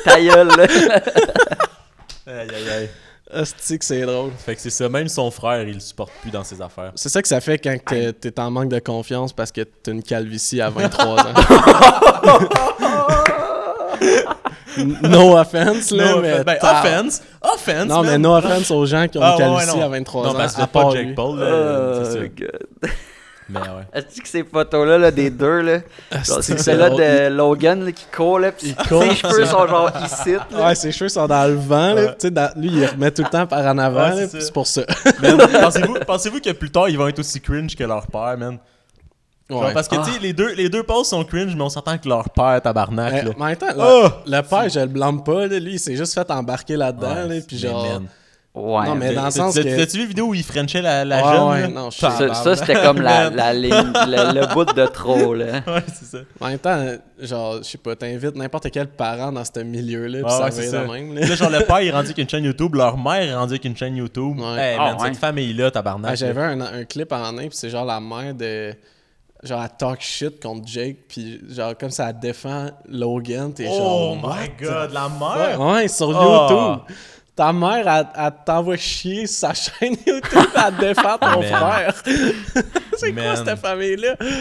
S4: ta gueule. là.
S1: Aïe, aïe, aïe.
S2: Hostie que c'est drôle.
S1: Fait que c'est ça. Même son frère, il le supporte plus dans ses affaires.
S2: C'est ça que ça fait quand t'es t'es en manque de confiance parce que t'as une calvitie à 23 ans. N- no offense, là,
S1: No
S2: mais.
S1: offense. Ben,
S2: ta-
S1: offense. Offense.
S2: Non, mais
S1: man.
S2: no offense aux gens qui ont
S1: Ah,
S2: une
S1: ouais,
S2: calvitie
S1: non.
S2: à 23 ans.
S1: Non, parce que
S2: à
S1: c'est pas
S2: part
S1: Jake
S2: lui. Euh.
S1: Paul, là. c'est
S4: Oh,
S1: ça.
S4: God.
S1: Mais ouais.
S4: Est-ce que ces photos-là, là, des deux, là, genre,
S2: c'est
S4: c'est celle-là
S2: drôle.
S4: de Logan là, qui court, là, pis
S2: Il court,
S4: ses cheveux sont genre ici. là.
S2: Ouais, ses cheveux sont dans le vent, là.
S1: Ouais.
S2: Tu sais, dans- lui, il remet tout le temps par en avant,
S1: Ouais,
S2: là,
S1: c'est
S2: puis
S1: ça.
S2: c'est pour ça.
S1: Man, pensez-vous, pensez-vous que plus tard, ils vont être aussi cringe que leur père, man? Genre,
S2: Ouais. Ah.
S1: parce que, tu sais, les deux, les deux pauses sont cringe, mais on s'entend que leur père, tabarnak,
S2: Mais
S1: là.
S2: en même temps, le,
S1: Oh!
S2: le père, je le blâme pas. là. lui, il s'est juste fait embarquer
S1: Ouais,
S2: là-dedans. là,
S1: mais
S2: puis genre,
S1: man.
S4: Ouais.
S2: Non, mais
S4: mais-
S2: dans le
S1: T'as-
S2: sens
S1: t'as-
S2: que-
S1: T'as-tu vu la vidéo où il frenchait la, la
S2: Ouais,
S1: jeune?
S2: ouais,
S1: là?
S2: non, je suis-
S4: Ça,
S1: Tabarnak.
S4: ça, c'était comme la,
S1: Man.
S4: la ligne, le, le bout de trop, là.
S1: Ouais, c'est ça.
S2: en même temps, genre, je sais pas, t'invites n'importe quel parent dans ce milieu-là, puis
S1: Ah
S2: ça
S1: ouais,
S2: va
S1: c'est
S2: être
S1: ça.
S2: de même. là.
S1: Là, genre, le père est rendu avec une chaîne YouTube, leur mère est rendue avec une chaîne YouTube.
S2: Ouais.
S1: Hey, man,
S4: Ah, ouais.
S1: cette famille-là, tabarnak.
S2: Ah, J'avais un, un clip en main, puis c'est genre la mère de. Genre, elle talk shit contre Jake, puis genre, comme ça, elle défend Logan, t'es
S1: Oh
S2: genre.
S1: my
S2: what
S1: god, la
S2: the
S1: mère!
S2: fuck? Ouais, sur
S1: Ah.
S2: YouTube. Ta mère, elle, elle t'envoie chier sur sa chaîne YouTube, elle défend ton
S1: Man.
S2: frère. c'est quoi
S1: Man.
S2: cette famille-là?
S1: Je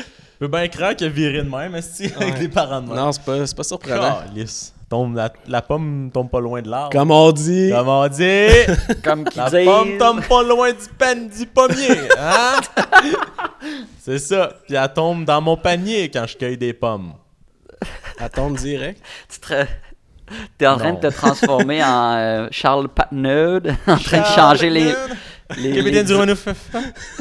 S1: peux bien croire qu'il a viré de même, esti, avec
S2: Ouais.
S1: des parents de même.
S2: Non, c'est pas, c'est pas surprenant.
S1: Calice. Tombe la, la pomme tombe pas loin de l'arbre.
S2: Comme on dit.
S1: Comme on dit,
S4: Comme qui
S1: la
S4: dit.
S1: pomme tombe pas loin du pan du pommier, hein? C'est ça. Puis elle tombe dans mon panier quand je cueille des pommes.
S2: Elle tombe direct.
S4: Tu te- T'es en train
S1: Non.
S4: de te transformer en euh, Charles Patnaud, en train de changer les. les,
S1: Capitaine
S4: les
S1: du Renault.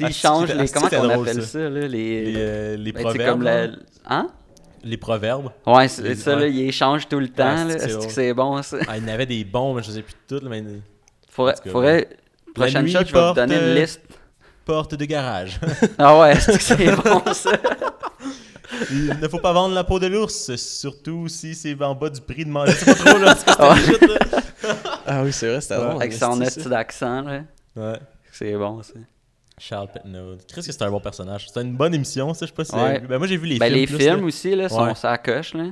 S4: Ils changent les.
S1: Asti,
S4: Comment
S1: c'était
S4: on
S1: drôle,
S4: appelle
S1: ça.
S4: ça, là Les.
S1: Les, euh, les
S4: ben, tu sais,
S1: proverbes.
S4: comme la-
S1: là.
S4: Hein
S1: Les proverbes.
S4: Ouais, c'est
S1: Les-
S4: ça, là,
S1: ouais.
S4: ils échangent tout le temps.
S1: Asti,
S4: là.
S1: c'est
S4: Est-ce
S1: drôle.
S4: que c'est bon, ça
S1: Ah, il y en avait des bons, mais je sais plus toutes. là, Mais...
S4: Faudrait.
S1: Parce que,
S4: faudrait... Prochaine
S1: nuit
S4: shot, je vais vous
S1: porte,
S4: donner
S1: euh,
S4: une liste.
S1: Porte de garage.
S4: Ah ouais, est-ce que c'est bon, ça
S1: Il ne faut pas vendre la peau de l'ours, surtout si c'est en bas du prix de manger. C'est pas trop, là, parce que c'était shit, là.
S2: Ah oui, c'est vrai, c'était drôle.
S4: Avec son
S2: esti,
S4: petit d'accent, là.
S1: Ouais.
S4: C'est bon, ça.
S1: Charles Petnaud. Qu'est-ce que c'est un bon personnage? C'est une bonne émission, ça, je sais pas si...
S4: Ouais.
S1: Ben, moi, j'ai vu les
S4: ben,
S1: films.
S4: les
S1: plus,
S4: films
S1: là.
S4: aussi, là, sont
S1: Ouais.
S4: ça coche, là.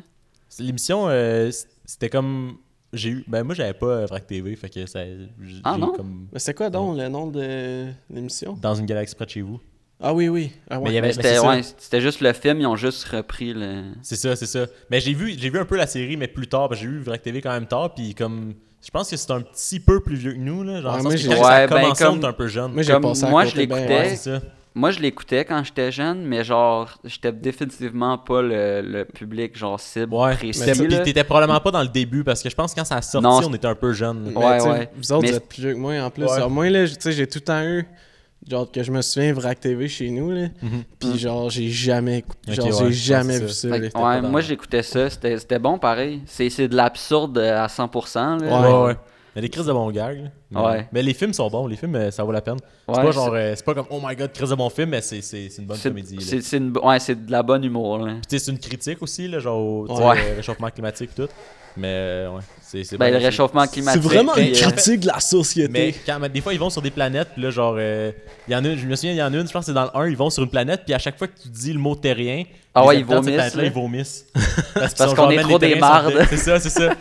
S1: C'est- L'émission, euh, c- c'était comme... J'ai eu... Ben, moi, j'avais pas euh, Vrac TV, fait que ça... j'ai-
S4: Ah,
S1: j'ai
S4: non?
S1: Comme...
S2: Mais c'est quoi donc le nom de l'émission?
S1: Dans une galaxie près de chez vous.
S2: Ah oui, oui. Ah ouais.
S1: Mais il y avait-
S4: Mais C'était
S1: c'est ça.
S4: ouais, c'était juste le film, ils ont juste repris le.
S1: C'est ça, c'est ça. Mais j'ai vu, j'ai vu un peu la série, mais plus tard. parce que J'ai vu Vrac TV quand même tard, puis comme... Je pense que c'est un petit peu plus vieux que nous, là. Genre, dans
S2: Ouais,
S1: le
S2: moi,
S1: sens que
S2: j'ai-
S1: quand ça a
S4: Ouais, ben,
S1: commencé, on
S4: comme-
S1: était un peu jeune.
S2: Moi, j'ai
S4: Comme
S2: passé à
S4: moi,
S2: côté
S4: je
S2: ben
S4: l'écoutais.
S1: Ouais,
S2: raide.
S1: c'est ça.
S4: Moi, je l'écoutais quand j'étais jeune, mais genre, j'étais définitivement pas le, le public, genre, cible
S1: Ouais,
S4: précis.
S1: mais t'es-
S4: là.
S1: pis t'étais probablement pas dans le début parce que je pense que quand ça a sorti,
S4: Non, c'est-
S1: on était un peu jeune.
S2: Mais,
S4: Ouais,
S2: tu sais,
S4: ouais.
S2: Vous autres,
S4: Mais-
S2: vous êtes plus vieux que moi en plus.
S1: Ouais.
S2: Alors, moi, là, tu sais, j'ai tout le temps eu. Genre que je me souviens Vrac TV chez nous là. Puis genre j'ai jamais écouté-
S1: Mhm. Ok,
S2: genre
S1: ouais,
S2: j'ai
S1: je
S2: jamais
S1: pense que
S2: vu ça.
S1: c'est
S4: Fait que,
S2: là.
S4: ouais,
S1: pas dans-
S4: moi, j'écoutais ça, c'était c'était bon pareil. C'est c'est de l'absurde euh, à 100%.
S1: Ouais,
S4: Là.
S1: ouais. Mais les crises de bon gag. là. Mais,
S4: Ouais.
S1: mais les films sont bons, les films, euh, ça vaut la peine. c'est
S4: Ouais,
S1: pas genre, euh, c'est pas comme oh my god, crise de bon film, mais c'est c'est- c'est une bonne
S4: C'est
S1: comédie. là.
S4: c'est- c'est une bo- ouais, c'est de la bonne humour. Là.
S1: Puis tu sais, c'est une critique aussi, là, genre au tu sais,
S4: Ouais.
S1: euh, réchauffement climatique et tout. Mais euh, ouais, c'est c'est
S4: Ben,
S1: bon
S4: le
S1: aussi.
S4: réchauffement
S2: C'est
S4: climatique.
S2: vraiment une
S4: puis, euh,
S2: critique de la société.
S1: Mais quand mais des fois ils vont sur des planètes, puis là genre euh, il y en a une, je me souviens il y en a une, je pense que c'est dans le 1, ils vont sur une planète puis à chaque fois que tu dis le mot terrien,
S4: Ah ouais,
S1: les
S4: ils
S1: habitants de cette
S4: vomissent,
S1: planète-là,
S4: là.
S1: ils vomissent. Parce, qu'ils
S4: Parce
S1: sont
S4: qu'on
S1: genre,
S4: est
S1: Man,
S4: trop
S1: les
S4: des
S1: terriens sont
S4: mardes.
S1: C'est ça, c'est ça.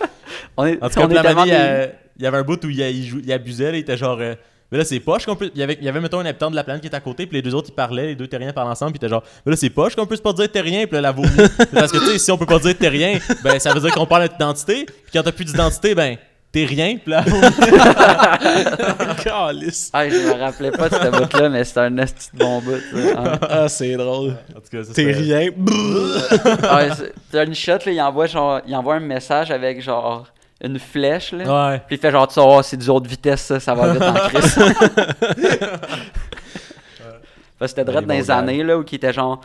S4: on est,
S1: En tout cas,
S4: on est
S1: la
S4: tellement
S1: manie,
S4: des-
S1: euh, il y avait un bout où il, il, il abusait, là, il était genre. euh, mais là, c'est poche qu'on peut. Il y, avait, il y avait, mettons, un habitant de la planète qui était à côté, puis les deux autres, ils parlaient, les deux terriens parlaient ensemble, puis il était genre. Mais là, c'est poche qu'on peut pas dire terrien, puis là, la vomi. Parce que, tu sais, si on peut pas dire terrien, ben, ça veut dire qu'on parle de notre identité, puis quand t'as plus d'identité, ben, t'es rien, puis là, la vomi.
S2: Calice.
S4: Ah, je me rappelais pas de ce bout-là, mais c'était un esti de bon bout. ça.
S2: Ah c'est drôle.
S1: En tout cas, ça, c'était-
S2: T'es rien. Brrr.
S4: Ah, ouais, c'est- T'as une shot, là, il envoie, genre, il envoie un message avec genre une flèche. Là.
S1: Ouais.
S4: Puis il fait genre, tu sais, oh, c'est du haut de vitesse, ça, ça va vite en crise. Parce que c'était
S1: Ouais,
S4: drôle dans
S1: les
S4: les
S1: bons gars.
S4: années là, où qui était genre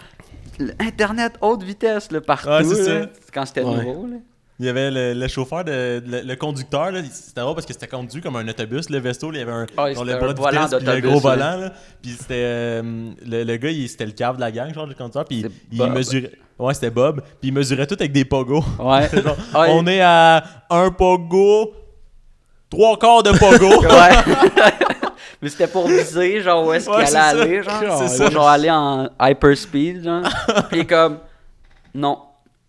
S4: Internet haute vitesse là, partout.
S1: Ouais, c'est
S4: là.
S1: ça.
S4: C'est Quand c'était
S2: Ouais.
S4: nouveau. Là.
S1: Il y avait le, le chauffeur, de, le, le conducteur, là, c'était drôle parce que c'était conduit comme un autobus, le vesto, là, il y avait un,
S4: Ah,
S1: genre,
S4: c'était
S1: le
S4: un
S1: bras de
S4: volant
S1: vitesse, puis le
S4: d'autobus,
S1: gros
S4: ouais.
S1: volant, là. puis c'était euh, le, le gars, il, c'était le cave de la gang, genre le conducteur, puis
S4: C'est
S1: il
S4: Bob.
S1: mesurait, ouais c'était Bob, puis il mesurait tout avec des pogos.
S4: Ouais.
S1: Genre,
S4: Ah, il-
S1: On est à un pogo, trois quarts de pogo.
S4: Ouais. Mais c'était pour viser, genre, où est-ce
S1: Ouais,
S4: qu'il
S1: c'est
S4: allait
S1: ça.
S4: aller, genre.
S1: C'est
S4: Ou
S1: ça.
S4: genre aller en hyper speed, genre. Puis il est comme, non,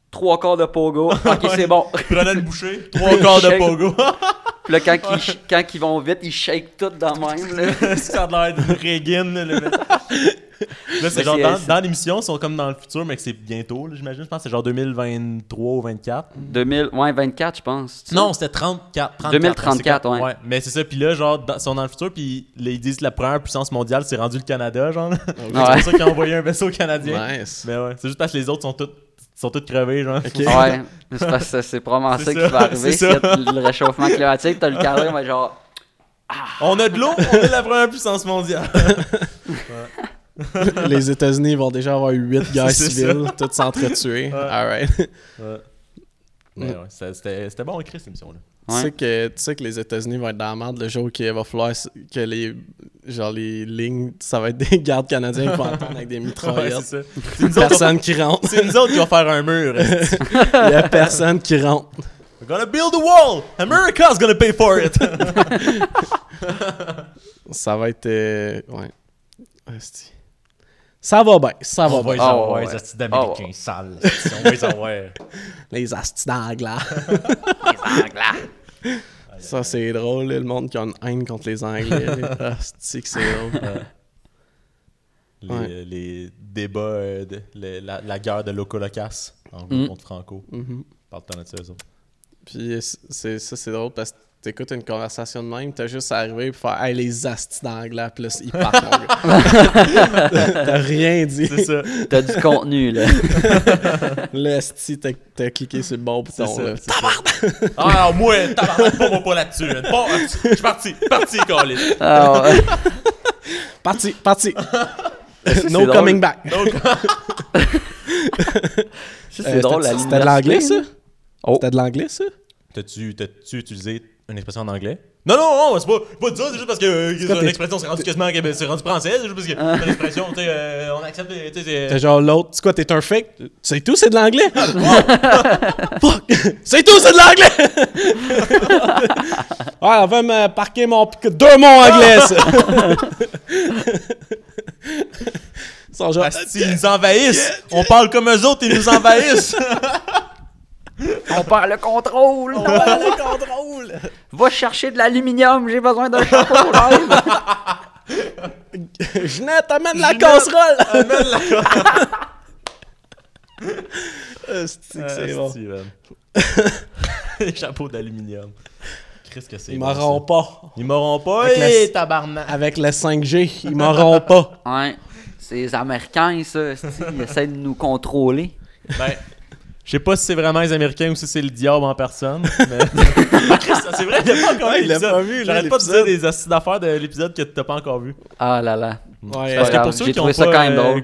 S4: trois quarts de pogo, ok, c'est bon.
S1: Prenez le boucher, trois quarts de
S4: Shake.
S1: pogo.
S4: Puis là, quand, ils, sh- quand ils vont vite, ils shake tout dans le même, là.
S1: Est-ce que ça a l'air d'une Reagan? Là, le mec? Là, c'est
S4: Mais
S1: genre
S4: c'est-
S1: dans,
S4: c'est-
S1: dans l'émission, ils sont comme dans le futur, mais que c'est bientôt, là, j'imagine. Je pense que c'est genre 2023 ou 24.
S4: 2000, ouais, 24, je pense. Tu-
S1: Non, c'était 34. 34
S4: 2034,
S1: c'est comme-
S4: ouais.
S1: Mais c'est ça, puis là, genre, dans- ils sont dans le futur, puis là, ils disent que la première puissance mondiale s'est rendue le Canada, genre. là. C'est
S4: Ah
S1: pour ça qu'ils ont envoyé un vaisseau canadien.
S2: Nice.
S1: Mais ouais, c'est juste parce que les autres sont toutes, sont toutes crevés, genre.
S4: Ouais, mais c'est parce que c'est probablement
S1: C'est
S4: ça qui
S1: ça,
S4: va arriver.
S1: c'est
S4: C'est
S1: ça.
S4: le réchauffement climatique, t'as le
S2: Ah.
S4: carré, mais genre,
S1: On a de l'eau, on est la première puissance mondiale.
S2: Les États-Unis vont déjà avoir 8 guerres
S1: C'est ça.
S2: civiles, toutes s'entretuer. Alright.
S1: Mais ouais, ça- c'était c'était bon écrit, cette émission-là.
S2: Tu, sais que, tu sais que les États-Unis vont être dans la merde le jour qu'il va falloir s- que les, genre les lignes, ça va être des gardes canadiens qui vont attendre avec des
S1: Ouais,
S2: mitraillettes.
S1: c'est ça. C'est nous, autres,
S2: personne qui rentre.
S1: c'est nous autres qui vont faire un mur. esti.
S2: Il y a personne qui rentre.
S1: We're gonna build a wall! America's gonna pay for it!
S2: Ça va être. euh, ouais. Asti. Ça va bien, ça va bien.
S1: les
S4: Ah, avoir, ouais. les hosties d'Américains Ah, ouais.
S1: sales. On va les avoir.
S2: Les astis d'anglais. Ça, c'est drôle, là, le monde qui a une haine contre les Anglais. Asti, que c'est drôle.
S1: Les,
S2: Ouais.
S1: euh, les débats, euh, de, le- la, la guerre de Loco-Locas en gros,
S4: Mm.
S1: contre Franco.
S2: Mhm.
S1: Parle-t'en de ça, eux autres.
S2: Puis euh, c'est, ça, c'est drôle parce que t'écoutes une conversation de même, t'as juste à arriver et faire Hey, les astis d'anglais, puis là, ils partent, mon gars. t'as rien dit.
S1: C'est ça.
S4: t'as du contenu, là.
S2: Le asti, t'as, t'as cliqué sur le bon bouton.
S1: C'est ça.
S2: là.
S1: c'est ça. Ah, non, moi, tabarnak, pas moi pas là-dessus. man. Pas- Je suis parti, parti, Colin.
S4: Ah, ouais.
S2: Parti, parti.
S4: c'est
S2: no
S4: drôle.
S2: coming back.
S1: Donc,
S4: Ça,
S2: Euh,
S4: c'est drôle, la
S2: c'était- C'était de l'anglais, ça?
S4: Oh.
S2: C'était de l'anglais, ça?
S1: t'as-tu t'as-tu utilisé une expression en anglais? Non, non, non, c'est pas, pas de ça, c'est juste parce que euh,
S2: quand t'es-
S1: l'expression s'est rendue quasiment c'est rendu française, c'est juste parce que
S4: Ah.
S1: c'est l'expression, tu sais, euh, on accepte, tu sais, c'est-
S2: T'es genre l'autre, tu sais quoi, t'es un fake? Tu sais tout, c'est de l'anglais? Oh! Fuck! C'est tout, c'est de l'anglais! ouais, elle va me parquer mon pic de mon anglais, ça! Ils sont genre,
S1: Asti, ils nous envahissent. On parle comme eux autres, ils nous envahissent.
S4: On perd le contrôle.
S2: on va aller contrôle!
S4: Va chercher de l'aluminium, j'ai besoin d'un chapeau. j'arrive.
S2: Jeanette, amène la casserole!
S1: Amène la
S2: Asti
S1: Ah,
S2: que c'est bon.
S1: Asti, man. Les chapeaux d'aluminium. Qu'est-ce que c'est
S2: Ils
S1: bon,
S2: m'auront
S1: ça.
S2: pas.
S1: Ils m'auront pas.
S2: Avec la-
S1: Hey, tabarnak.
S2: Avec le 5G, ils m'auront pas.
S4: ouais, c'est les Américains, ça. esti, Ils essaient de nous contrôler.
S1: Ben, je sais pas si c'est vraiment les Américains ou si c'est le diable en personne. Mais... Christ, Ah, c'est vrai, il a pas encore vu
S2: Ouais, il l'a
S1: l'épisode.
S2: pas vu, là,
S1: J'arrête pas de
S2: l'épisode.
S1: dire des astuces d'affaires de l'épisode que t'as pas encore vu.
S4: Ah là là.
S2: Ouais,
S1: Mm.
S2: euh,
S1: Parce que
S4: grave,
S1: pour ceux
S4: j'ai
S1: qui ont
S4: trouvé ça
S1: pas,
S4: quand même
S1: euh,
S4: drôle.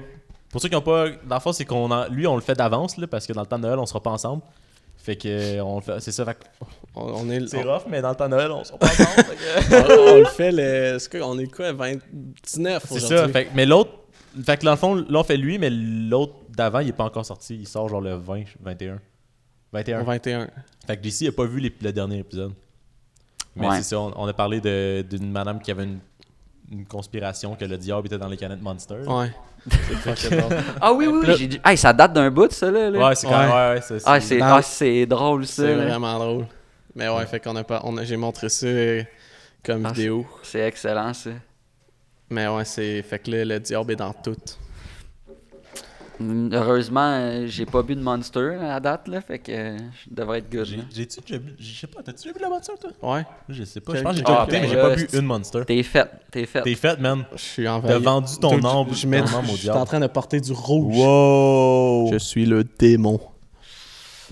S1: Pour ceux qui ont pas. Dans le fond, c'est qu'on en- lui, on le fait d'avance, là, parce que dans le temps de Noël, on sera pas ensemble. Fait que euh, on le fait- c'est ça. fait que
S2: on, on est,
S1: c'est rough, mais dans le temps de Noël, on sera pas ensemble. fait que-
S2: on, on le fait le. c'est quoi, on est quoi, 29
S1: C'est ça.
S2: aujourd'hui?
S1: Fait, que- mais l'autre. Fait que dans le fond, là, on fait lui, mais l'autre d'avant, il est pas encore sorti. Il sort genre le 20, 21. 21.
S2: 21.
S1: Fait que JC, il a pas vu l'ép- le dernier épisode. Mais
S4: Ouais.
S1: c'est ça, on, on a parlé de- d'une madame qui avait une, une conspiration que le diable était dans les canettes Monster.
S2: Ouais.
S4: Ah oui, oui, oui. j'ai dit- Hey, ça date d'un bout, ça, là. là.
S1: Ouais, c'est quand même.
S2: Ouais.
S1: Ouais, ouais, c'est-
S4: ah,
S1: c'est-
S4: c'est
S2: dans-
S4: ah, c'est drôle, ça.
S2: C'est
S4: là.
S2: vraiment drôle. Mais ouais, fait qu'on a pas. On a, j'ai montré ça euh, comme
S4: Ah,
S2: vidéo.
S4: C'est excellent, ça.
S2: Mais ouais, c'est. Fait que là, le diable est dans tout.
S4: Mm, Heureusement, euh, j'ai pas bu de Monster là, à date, là. Fait que euh, je devrais être good.
S1: J'ai-
S4: là.
S1: J'ai-tu déjà bu- Je sais pas, t'as-tu déjà bu la Monster, toi
S2: Ouais,
S1: Je sais pas,
S2: Quel-
S1: je pense que j'ai déjà
S2: Ah,
S1: goûté,
S2: ben
S1: mais j'ai
S4: là,
S1: pas bu
S4: c'est-
S1: une Monster.
S4: T'es fait, t'es fait.
S1: T'es faite, man.
S2: je suis envahi.
S1: T'as vendu ton
S2: Dude,
S1: ombre,
S2: Je, mets,
S1: ton ombre
S2: je
S1: au
S2: suis en
S1: diable.
S2: train de porter du rouge.
S1: Wow!
S2: Je suis le démon.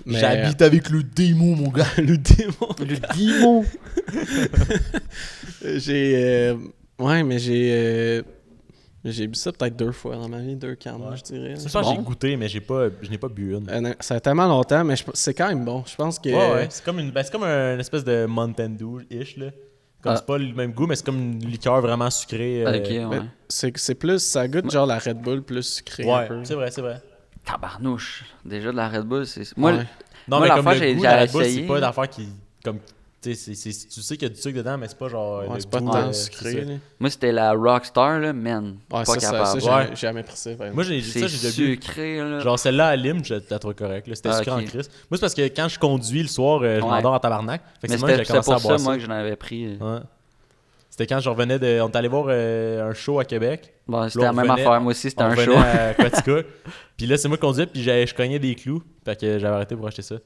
S2: Mais-
S1: avec le démon, mon gars.
S2: le démon.
S4: Le démon.
S2: euh, J'ai. euh, Ouais, mais j'ai. euh, J'ai bu ça peut-être deux fois dans ma vie, deux cannes,
S1: Ouais.
S2: je dirais.
S1: Je pense que j'ai
S4: bon.
S1: goûté, mais j'ai pas, je n'ai pas bu une.
S2: Euh, non, ça a tellement longtemps, mais je- c'est quand même bon. Je pense que.
S1: Ouais, ouais. C'est comme une, ben, c'est comme une espèce de Mountain Dew-ish, là. Comme
S4: Ah.
S1: c'est pas le même goût, mais c'est comme une liqueur vraiment sucrée. euh,
S4: Ok, ouais.
S2: Mais C'est c'est plus. Ça goûte genre la Red Bull plus sucrée. un
S1: Ouais,
S2: peu.
S1: c'est vrai, c'est vrai.
S4: Tabarnouche. Déjà de la Red Bull, c'est. Moi,
S2: Ouais.
S4: le-
S1: Non,
S4: Moi,
S1: mais comme
S4: l'affaire,
S1: le
S4: j'ai-
S1: goût
S4: j'ai
S1: de la Red Bull,
S4: essayé.
S1: c'est pas d'affaire qui... Comme, tu sais, c'est- c'est- tu sais qu'il y a du sucre dedans, mais c'est pas genre...
S2: Ouais,
S1: le
S2: c'est pas
S1: goût,
S2: tant
S1: euh,
S2: sucré.
S1: c'est
S2: là.
S1: ça.
S4: moi c'était la Rockstar, là, man.
S2: Ouais,
S4: pas
S2: ça, ça,
S4: capable.
S2: ça, j'ai
S1: Ouais.
S2: jamais- j'ai jamais pris ça. par exemple.
S1: Moi, j'ai ça,
S4: c'est
S1: j'ai déjà bu.
S4: sucré, là.
S1: Genre celle-là à Lime, je la trouve correcte. là. C'était
S4: Ah,
S1: sucré
S4: ok.
S1: en crise. Moi, c'est parce que quand je conduis le soir, euh, je
S4: Ouais.
S1: m'endors en tabarnak. Fait que
S4: Mais
S1: c'est moi que j'ai
S4: c'était c'était
S1: commencé à
S4: pour ça,
S1: boire
S4: moi, que j'en avais pris.
S1: ça. Ouais. C'était quand je revenais de. On est allé voir euh, un show à Québec.
S4: Bon, Bah, c'était
S1: Là,
S4: la
S1: on
S4: même
S1: venait-
S4: affaire. Moi aussi, c'était
S1: on
S4: un
S1: revenait
S4: show.
S1: à Quaticook. puis là, c'est moi qui conduisais, puis j'avais- je cognais des clous. Fait que j'avais arrêté pour acheter ça.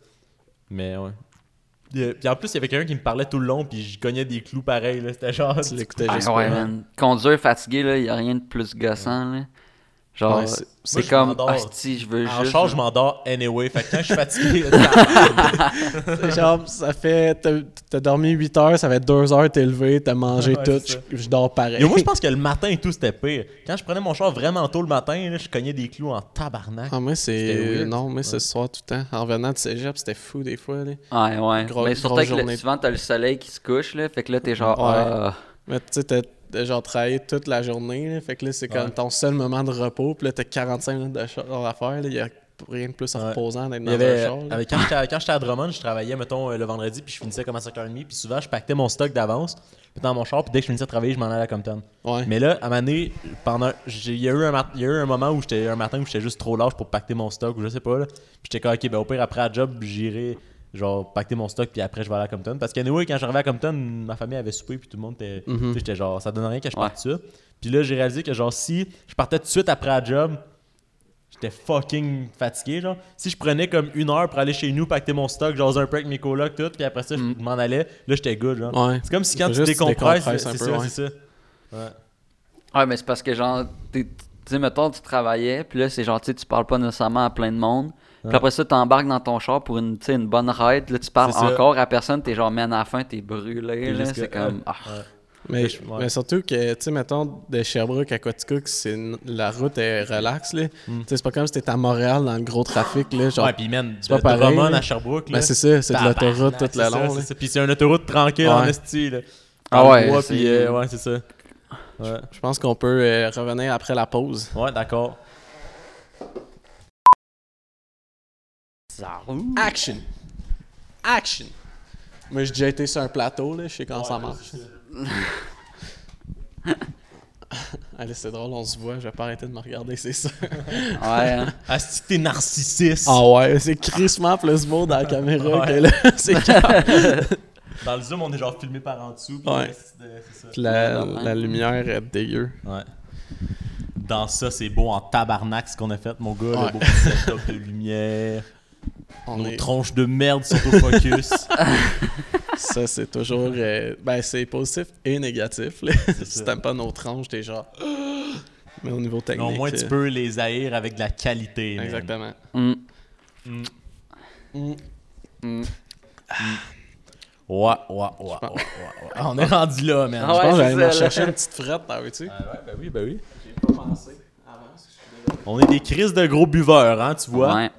S1: Mais ouais. Puis, euh, puis en plus, il y avait quelqu'un qui me parlait tout le long, puis je cognais des clous pareil. là. C'était genre.
S2: Tu l'écoutais
S4: Ah,
S2: juste.
S4: ouais,
S2: pas.
S4: man. Conduire fatigué, là, y a rien de plus gossant, là. Genre,
S2: Ouais, c'est-
S4: c'est,
S1: Moi, je
S4: comme,
S1: m'endors.
S4: hostie, je
S1: En
S4: veux juste. hein.
S1: charge, je m'endors anyway. Fait que quand je suis fatigué, là,
S2: Genre, ça fait. t'as- T'as dormi 8 heures, ça fait 2 heures, t'es levé, t'as mangé
S1: Ouais,
S2: tout.
S1: c'est ça.
S2: Je, je dors pareil.
S1: Yo, moi, je pense que le matin et tout, c'était pire. Quand je prenais mon char vraiment tôt le matin, là, je cognais des clous en tabarnak.
S2: Ah, moi,
S1: C'était
S2: c'est.
S1: weird.
S2: Non, moi, c'est ce soir tout le temps. En revenant de cégep, c'était fou des fois. Là.
S4: Ouais, ouais.
S2: Grosse-
S4: Mais surtout
S2: grosse
S4: que le,
S2: journée.
S4: souvent, t'as le soleil qui se couche, là. Fait que là, t'es genre,
S2: Ouais.
S4: ah,
S2: Mais tu sais, t'as t'as genre travaillé toute la journée. là, fait que là, c'est comme
S1: Ouais.
S2: ton seul moment de repos. Puis là, t'as 45 minutes de choses à faire. là, Il y a rien de plus
S1: Ouais.
S2: reposant d'être
S1: Il
S2: dans
S1: y avait-
S2: un char. là.
S1: avec- quand j'étais à- quand j'étais à Drummond, je travaillais, mettons, euh, le vendredi, puis je finissais comme à 5h30, puis souvent, je pactais mon stock d'avance puis dans mon char, puis dès que je finissais de travailler, je m'en allais à Compton.
S2: Ouais.
S1: Mais là, à un moment donné, pendant, j'ai- il y, a eu un mat- il y a eu un moment où j'étais un matin où j'étais juste trop large pour pacter mon stock, ou je sais pas, là. Puis j'étais comme, ok, ben au pire, après la job, j'irai, genre, pacter mon stock, puis après, je vais aller à Compton. Parce que, anyway, quand j'arrivais à Compton, ma famille avait soupé, puis tout le monde était.
S2: Mhm.
S1: tu sais, J'étais genre, ça donne rien que je parte ça. Puis là, j'ai réalisé que, genre, si je partais tout de suite après la job, J'étais fucking fatigué, genre. Si je prenais comme une heure pour aller chez nous, pacter mon stock, genre un peu avec mes colocs, tout, puis après ça, je m'en allais, là, j'étais good, genre.
S2: Mhm. Ouais.
S1: C'est comme si
S2: Faut
S1: quand tu
S2: juste
S1: décompresses, c'est
S2: décompresser un
S1: c'est
S2: peu,
S1: ça,
S2: ouais.
S1: c'est ça. Ouais.
S4: Ouais, mais c'est parce que genre, t'es- tu sais, mettons, tu travaillais, puis là, c'est genre, tu sais, tu parles pas nécessairement à plein de monde. Puis après ça, t'embarques dans ton char pour une, tu sais, une bonne ride. Là, tu parles
S1: C'est ça.
S4: encore à personne, t'es genre, man, à la fin, t'es brûlé.
S1: T'es
S4: Là,
S1: juste
S4: c'est
S1: que-
S4: comme, ah.
S1: ouais.
S2: Mais,
S1: Que je- ouais.
S2: mais surtout que, tu sais, mettons, de Sherbrooke à Quaticook, c'est une- la route est relax, là. Tu sais, c'est pas comme si t'étais à Montréal dans le gros trafic, là. Genre,
S1: Mm. ouais, puis man,
S2: c'est
S1: de
S2: pas pareil,
S1: Drummond
S2: là.
S1: à Sherbrooke, là.
S2: ben, c'est ça, c'est de
S1: tabarnak,
S2: l'autoroute tout
S1: c'est
S2: le
S1: ça,
S2: long,
S1: c'est
S2: là.
S1: ça. Puis c'est une autoroute tranquille en
S2: Ouais.
S1: esti, là. Dans
S4: Ah
S1: le
S4: ouais,
S1: bois,
S4: c'est-
S1: puis, euh, ouais, c'est ça. Ouais,
S2: Je pense qu'on peut euh, revenir après la pause.
S1: ouais d'accord.
S2: Action! Action! Moi, j'ai déjà été sur un plateau, là, je sais quand ça marche. Allez, c'est drôle, on se voit, je vais pas arrêter de me regarder, c'est ça.
S4: Ouais. hein.
S1: Asti, t'es narcissiste.
S2: Ah ouais, c'est crissement plus beau dans la caméra que
S1: Ouais.
S2: là, c'est clair.
S1: Dans le zoom, on est genre filmé par en dessous. puis
S2: Ouais.
S1: le reste, euh, c'est ça.
S2: Puis la, la lumière est dégueu.
S1: Ouais. Dans ça, c'est beau en tabarnak ce qu'on a fait, mon gars.
S2: Ouais.
S1: Le beau petit setup de lumière.
S2: On
S1: Nos
S2: est-
S1: tronches de merde sont au focus.
S2: Ça, c'est toujours. euh, ben, c'est positif et négatif. Là. Si
S1: ça.
S2: t'aimes pas nos tranches, t'es genre. Mais au niveau technique.
S1: Mais au moins, tu
S2: euh,
S1: peux les haïr avec de la qualité. man.
S2: Exactement.
S4: Mm.
S2: Mm.
S1: Ouais, ouais, ouais, ouais, ouais, ouais. On est rendu là, man.
S4: Ah
S2: Je
S4: ouais,
S2: pense que
S4: c'est
S2: j'allais
S4: ça,
S2: me
S4: là.
S2: chercher une petite frette, t'en veux-tu?
S1: Ouais, ben oui, ben oui.
S2: J'ai pas pensé avant.
S1: On est des crises de gros buveurs, hein, tu vois.
S4: Ouais.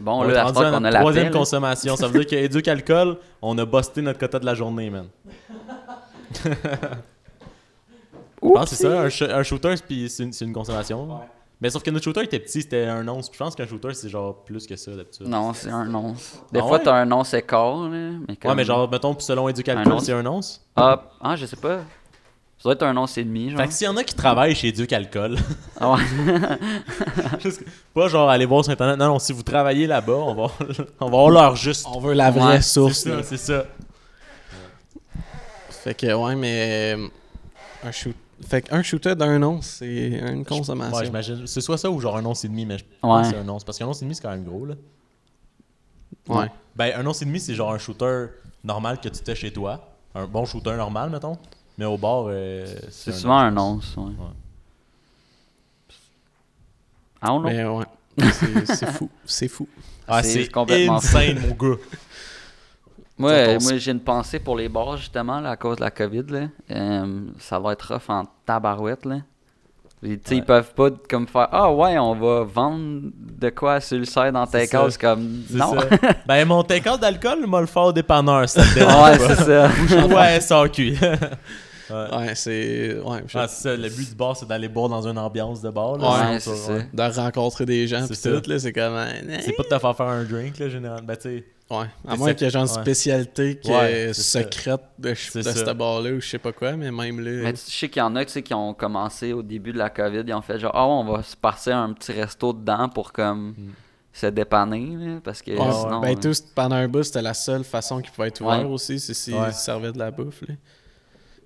S4: Bon,
S1: On est
S4: là, la
S1: rendu à
S4: fois qu'on a
S1: notre
S4: la
S1: troisième
S4: paix, là.
S1: consommation. Ça veut dire qu'éduque alcool, on a busté notre quota de la journée, man. Je pense que c'est ça, un, sh- un shooter, puis c'est une, c'est une consommation. Mais sauf que notre shooter était petit, c'était un once. Puis Je pense qu'un shooter, c'est genre plus que ça d'habitude.
S4: Non, c'est un once. Des
S1: Ah
S4: fois,
S1: ouais?
S4: t'as un once écart, là. Mais comme...
S1: Ouais, mais genre, mettons, puis selon éduque
S4: Un
S1: alcool,
S4: once.
S1: c'est un once.
S4: Ah, ah, je sais pas. Ça doit être un once et demi, genre.
S1: Fait que s'il y en a qui travaillent chez éduque alcool,
S4: Ah ouais.
S1: juste- pas genre aller voir sur Internet. Non, non, si vous travaillez là-bas, on va, on va avoir leur juste.
S2: On veut la vraie
S4: Ouais,
S2: source.
S1: C'est ça,
S2: là.
S1: c'est ça.
S2: Fait que, ouais, mais. euh, Un shoot. Fait qu'un shooter d'un once, c'est une
S1: Ouais,
S2: consommation.
S1: j'imagine. C'est soit ça ou genre un once et demi, mais je pense que c'est un once. Parce qu'un once et demi, c'est quand même gros, là.
S2: ouais.
S1: Ben, un once et demi, c'est genre un shooter normal que tu t'es chez toi. Un bon shooter normal, mettons. Mais au bord, euh,
S4: C'est
S1: un
S4: souvent un
S1: once.
S4: once, ouais. Ah, on
S2: Mais ouais. C'est- C'est fou. C'est fou.
S1: Ah,
S4: C'est
S1: c'est
S4: complètement
S1: insane, mon gars.
S4: Moi,
S2: Ça,
S4: euh,
S2: ton-
S4: moi j'ai une pensée pour les bars, justement, là, à cause de la COVID. Là. Euh, ça va être rough en tabarouette. Là. Et, tu sais, Ils peuvent pas comme faire Ah ouais, on va vendre de quoi sur le site dans
S1: C'est
S4: tes cases.
S1: ça.
S4: Comme
S1: C'est
S4: non.
S1: ça. Ben, mon take-out d'alcool, m'a le fort au dépanneur, ça te dérange
S4: ouais, c'est ça.
S1: pas. Ouais, SAQ.
S2: Ouais, c'est. Ouais, je-
S1: Ah, c'est ça, le but du bar, c'est d'aller boire dans une ambiance de bar. là.
S4: Ouais, c'est
S1: Sinon,
S4: ça.
S1: toi, ouais.
S2: de rencontrer des gens
S1: C'est
S2: pis
S1: ça.
S2: tout là c'est comme euh,
S1: C'est pas de te faire faire un drink, là, généralement. Ben, tu sais,
S2: ouais à
S1: c'est
S2: moins
S1: ça.
S2: qu'il y ait genre
S1: Ouais.
S2: une spécialité qui
S1: Ouais,
S2: est
S1: c'est ça.
S2: secrète de, ch-
S1: C'est
S2: de
S1: ça.
S2: ce bar-là ou je sais pas quoi mais même là
S4: Mais tu sais, je sais qu'il y en a tu sais, qui ont commencé au début de la COVID. Ils ont fait genre Ah, on va se passer un petit resto dedans pour comme
S1: Mm.
S4: se dépanner. là, parce que
S2: Ouais, ouais.
S4: sinon.
S2: ben
S4: euh,
S2: tous pendant un bout c'était la seule façon qu'ils pouvaient être ouverts
S4: Ouais.
S2: aussi c'est s'ils
S1: Ouais.
S2: servaient de la bouffe là.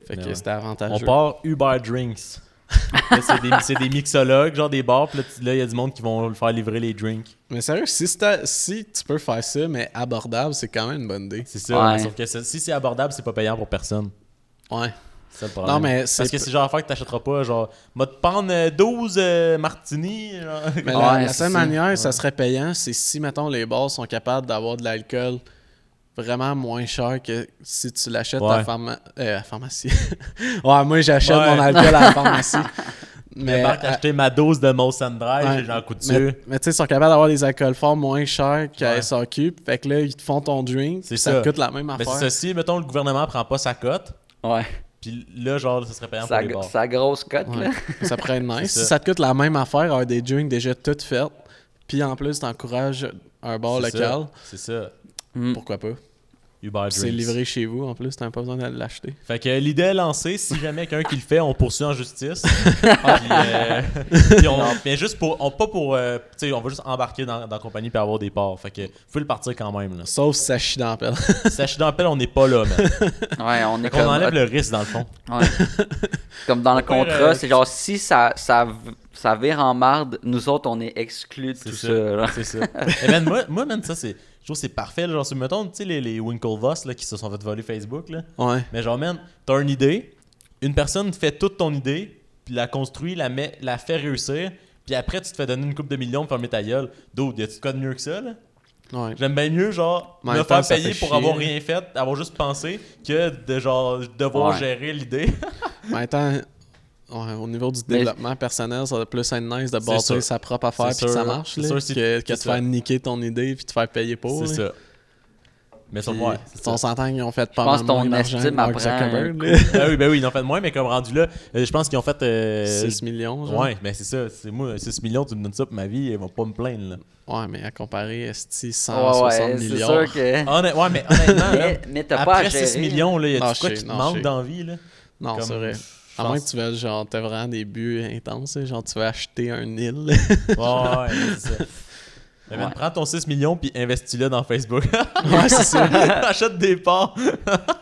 S2: fait
S1: Mais
S2: que
S1: ouais.
S2: c'était
S1: on
S2: avantageux
S1: part Uber Drinks. Là, c'est des, c'est des mixologues, genre des bars, puis là, tu- là, il y a du monde qui vont faire livrer les drinks.
S2: mais sérieux si, c'était- si tu peux faire ça mais abordable c'est quand même une bonne idée
S1: C'est ça,
S4: Ouais.
S1: mais sauf que ça- si c'est abordable, c'est pas payant pour personne.
S2: ouais
S1: C'est ça le problème.
S2: Non, mais c'est
S1: Parce que
S2: p-
S1: c'est genre affaire que t'achèteras pas, genre, m'a te prendre euh, 12 euh, martini. genre.
S2: mais la-
S4: Ouais,
S2: la,
S4: c'est
S2: seule
S4: ça.
S2: manière ça serait payant c'est si mettons les bars sont capables d'avoir de l'alcool vraiment moins cher que si tu l'achètes à
S1: Ouais.
S2: la pharma- euh, à la pharmacie. ouais, moi j'achète
S1: Ouais.
S2: mon alcool à la pharmacie.
S1: Mais
S2: mais
S1: Marc,
S2: à-
S1: acheter ma dose de Moss and Dry,
S2: euh, ouais.
S1: j'ai genre coup de
S2: mais,
S1: dessus.
S2: mais tu sais, ils sont capables d'avoir des alcools forts moins chers qu'à
S1: Ouais.
S2: SAQ. Fait que là, ils te font ton drink.
S1: C'est
S2: puis ça.
S1: ça.
S2: te coûte la même
S1: Mais c'est
S2: affaire.
S1: ceci, mettons, le gouvernement prend pas sa cote,
S4: ouais.
S1: puis là, genre, ça serait payant
S4: Sa,
S1: pour les bars.
S4: sa grosse cote.
S2: Ouais.
S4: là.
S2: ça pourrait être nice.
S1: C'est
S2: Si
S1: ça.
S2: ça te coûte la même affaire, avoir des drinks déjà toutes faites. Puis en plus, t'encourages un bar
S1: C'est
S2: Oh, local.
S1: ça, C'est ça.
S4: Mm.
S2: Pourquoi pas?
S1: Uber
S2: Puis
S1: Drinks.
S2: C'est livré chez vous en plus, t'as pas besoin de l'acheter.
S1: Fait que l'idée est lancée. Si jamais quelqu'un qui le fait, on poursuit en justice. Puis, euh, puis on- mais juste pour. On, pas pour. euh, tu sais, on va juste embarquer dans, dans la compagnie puis avoir des parts. Fait que faut le partir quand même. Là.
S2: Sauf si ça chie dans la pelle.
S1: Sachez dans la pelle, on n'est pas là, man.
S4: Ouais, on est
S1: Fait qu'on
S4: comme-
S1: enlève le risque dans le fond.
S4: Ouais. Comme dans le
S1: Faut faire,
S4: contrat,
S1: euh,
S4: c'est genre si ça, ça, v- ça vire en marde, nous autres on est exclus de
S1: C'est
S4: tout
S1: ça.
S4: ça. là.
S1: C'est ça. Et man, moi, moi, man, ça, c'est. Je trouve que c'est parfait. là. Genre, si, mettons, tu sais, les, les Winklevoss là, qui se sont fait voler Facebook. Là.
S2: Ouais.
S1: Mais genre, man, t'as une idée. Une personne fait toute ton idée, puis la construit, la, met, la fait réussir. Puis après, tu te fais donner une coupe de millions pour fermer ta gueule. D'autres, y a-tu de quoi de mieux que ça, là?
S2: Ouais.
S1: J'aime bien mieux, genre,
S2: Mais en
S1: me
S2: même temps,
S1: faire
S2: ça
S1: payer
S2: fait
S1: pour
S2: chier.
S1: avoir rien fait, avoir juste pensé, que de, genre, devoir
S4: Ouais.
S1: gérer l'idée.
S2: Mais attends, ouais, au niveau du
S4: Mais-
S2: développement personnel, ça doit plus être nice de
S1: C'est
S2: bâtir
S1: sûr.
S2: sa propre affaire
S1: C'est
S2: puis que
S1: sûr,
S2: ça
S1: là.
S2: marche,
S1: C'est
S2: là,
S1: sûr, c'est-
S2: que,
S1: c'est
S2: que te
S1: ça.
S2: faire niquer ton idée puis te faire payer pour.
S1: C'est
S2: là.
S1: ça. Mais ça
S4: Puis-
S1: va.
S2: On s'entend qu'ils ont fait pas
S4: Je pense
S2: mal
S4: que ton
S2: moins d'argent que
S4: estime
S2: Mark
S4: apprend un
S2: Zuckerberg. là.
S1: ah oui, ben oui, ils en fait moins, mais comme rendu là, euh, je pense qu'ils ont fait. euh,
S2: 6 millions, genre.
S1: Ouais, mais c'est ça. C'est moi, 6 millions, tu me donnes ça pour ma vie, ils vont pas me plaindre. Là.
S2: Ouais, mais à comparer, esti,
S4: Ouais,
S2: 160
S4: ouais, c'est
S2: millions.
S4: sûr que.
S1: Honnêt- ouais, mais honnêtement, Ah, là,
S4: Mais, mais t'as pas à
S1: après
S4: gérer.
S1: 6 millions, là, y a
S2: Non,
S1: du
S2: je
S1: quoi
S2: sais,
S1: qui te
S2: non, je
S1: manque
S2: sais.
S1: d'envie, là?
S2: Non,
S1: Comme-
S2: c'est vrai.
S1: je
S2: À moins
S1: pense-
S2: que tu veux, genre, t'as vraiment des buts intenses, hein, genre, tu veux acheter un île.
S1: Ouais, ouais, c'est ça. Mais man,
S4: Ouais.
S1: prends ton 6 millions puis investis-le dans Facebook.
S2: ouais, c'est ça.
S1: Achète des parts.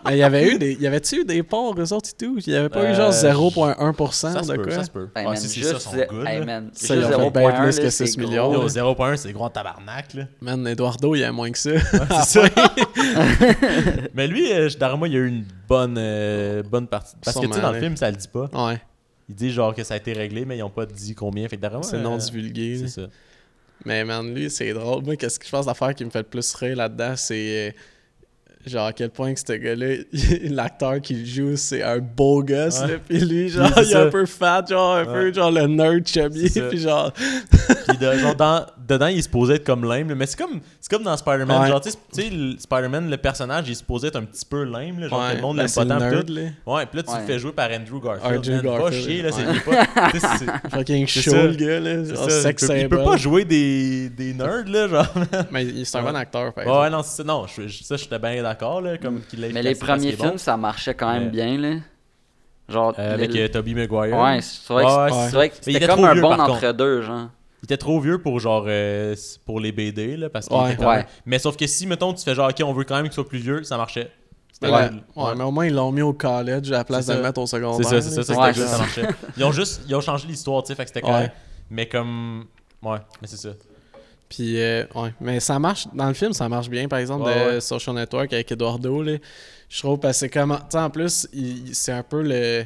S2: Mais il y avait eu des. Y avait-tu eu des ports, eux autres et tout Il y avait pas eu, genre,
S1: Euh,
S2: 0,1%
S1: Ça se
S2: de
S1: peut,
S2: quoi
S1: ça se peut.
S4: Hey,
S1: Ah,
S4: man,
S1: si c'est
S4: juste,
S1: ça, ils sont good.
S4: hey,
S1: là.
S4: man,
S2: Ça,
S4: juste
S2: ils ont fait
S4: 0.1,
S2: bien plus
S4: là,
S2: que
S4: c'est
S2: 6
S4: gros.
S2: millions.
S1: Yo, 0.1, c'est gros en tabarnak, là.
S2: Man, Eduardo, il y a moins que ça.
S1: C'est ça. Mais lui, euh, Darma, il a eu une bonne, euh, bonne partie. Parce que, tu sais,
S2: Sûrement,
S1: dans le
S2: ouais.
S1: film, ça le dit pas.
S2: ouais,
S1: Ils disent genre que ça a été réglé, mais ils ont pas dit combien. Fait que Darma.
S2: c'est
S1: euh,
S2: non divulgué. là.
S1: C'est ça.
S2: Mais man, lui, c'est drôle. Moi, qu'est-ce que je pense l'affaire qui me fait le plus rire là-dedans, c'est euh, genre à quel point que ce gars-là, l'acteur qui le joue, c'est un beau gosse.
S1: Ouais.
S2: Là, puis lui, genre,
S1: c'est
S2: il est un
S1: ça.
S2: peu fat, genre, un peu,
S1: Ouais.
S2: genre le nerd chubby.
S1: C'est ça.
S2: Puis genre,
S1: Puis de- genre, dans- dedans, il est supposé être comme lame, là, mais c'est comme, c'est comme dans Spider-Man.
S2: Ouais.
S1: Genre, tu sais, tu sais, le- Spider-Man, le personnage, il est supposé être un petit peu lame, là, genre,
S2: ouais,
S1: que le monde
S2: ben,
S1: l'aime
S2: c'est
S1: pas
S2: le
S1: tant. pis
S2: nerd,
S1: tout.
S2: là.
S1: Ouais, puis là, tu
S4: Ouais.
S1: le fais jouer par Andrew Garfield.
S2: R.J.
S1: man, Pas
S2: Garfield,
S1: chier, là, c'est
S2: ouais.
S1: il est pas. tu sais, c'est-
S2: Fucking
S1: C'est
S2: show,
S1: ça.
S2: le gars, là.
S1: c'est
S2: genre,
S1: ça, il
S2: sex
S1: peut- il peut
S2: symbol.
S1: pas jouer des, des nerds, là, genre.
S2: Mais il- c'est un
S1: Ouais.
S2: bon acteur, par
S1: Ouais,
S2: exemple.
S1: ouais, non, c'est non, je, je- ça, j'étais bien d'accord, là, comme qu'il l'ait
S4: Mais
S1: fait,
S4: les
S1: c'est parce
S4: premiers
S1: qu'il est bon.
S4: films, ça marchait quand même
S1: Mais-
S4: bien, là. Genre.
S1: Euh, avec
S4: les-
S1: euh, Tobey Maguire.
S4: Ouais, c'est vrai que
S1: Ouais,
S4: c'est-
S1: ouais.
S4: c'est vrai que
S1: Mais il
S4: c'était
S1: était
S4: comme
S1: trop
S4: un
S1: vieux,
S4: bon
S1: par contre.
S4: entre-deux, genre.
S1: Il était trop vieux pour genre euh, pour les BD là parce qu'il
S2: Ouais.
S1: était quand même-
S4: Ouais.
S1: mais sauf que si mettons tu fais genre OK, on veut quand même qu'il soit plus vieux, ça marchait. C'était
S2: Ouais,
S1: cool.
S2: ouais, mais au moins ils l'ont mis au college à la place
S1: C'est
S2: de le
S1: ça.
S2: mettre au
S1: C'est
S2: secondaire.
S1: ça, c'est ça,
S2: là.
S1: c'était
S4: Ouais,
S1: cool,
S4: c'est
S1: ça
S4: ça.
S1: marchait. Ils ont juste ils ont changé l'histoire, tu sais, fait que c'était
S2: Ouais.
S1: correct. Mais comme ouais, mais c'est ça.
S2: Puis, euh, ouais. Mais ça marche, dans le film, ça marche bien, par exemple,
S1: Ouais,
S2: de
S1: ouais.
S2: Social Network avec Eduardo, là. Je trouve, parce que c'est comme, tu sais, en plus, il- il- c'est un peu le.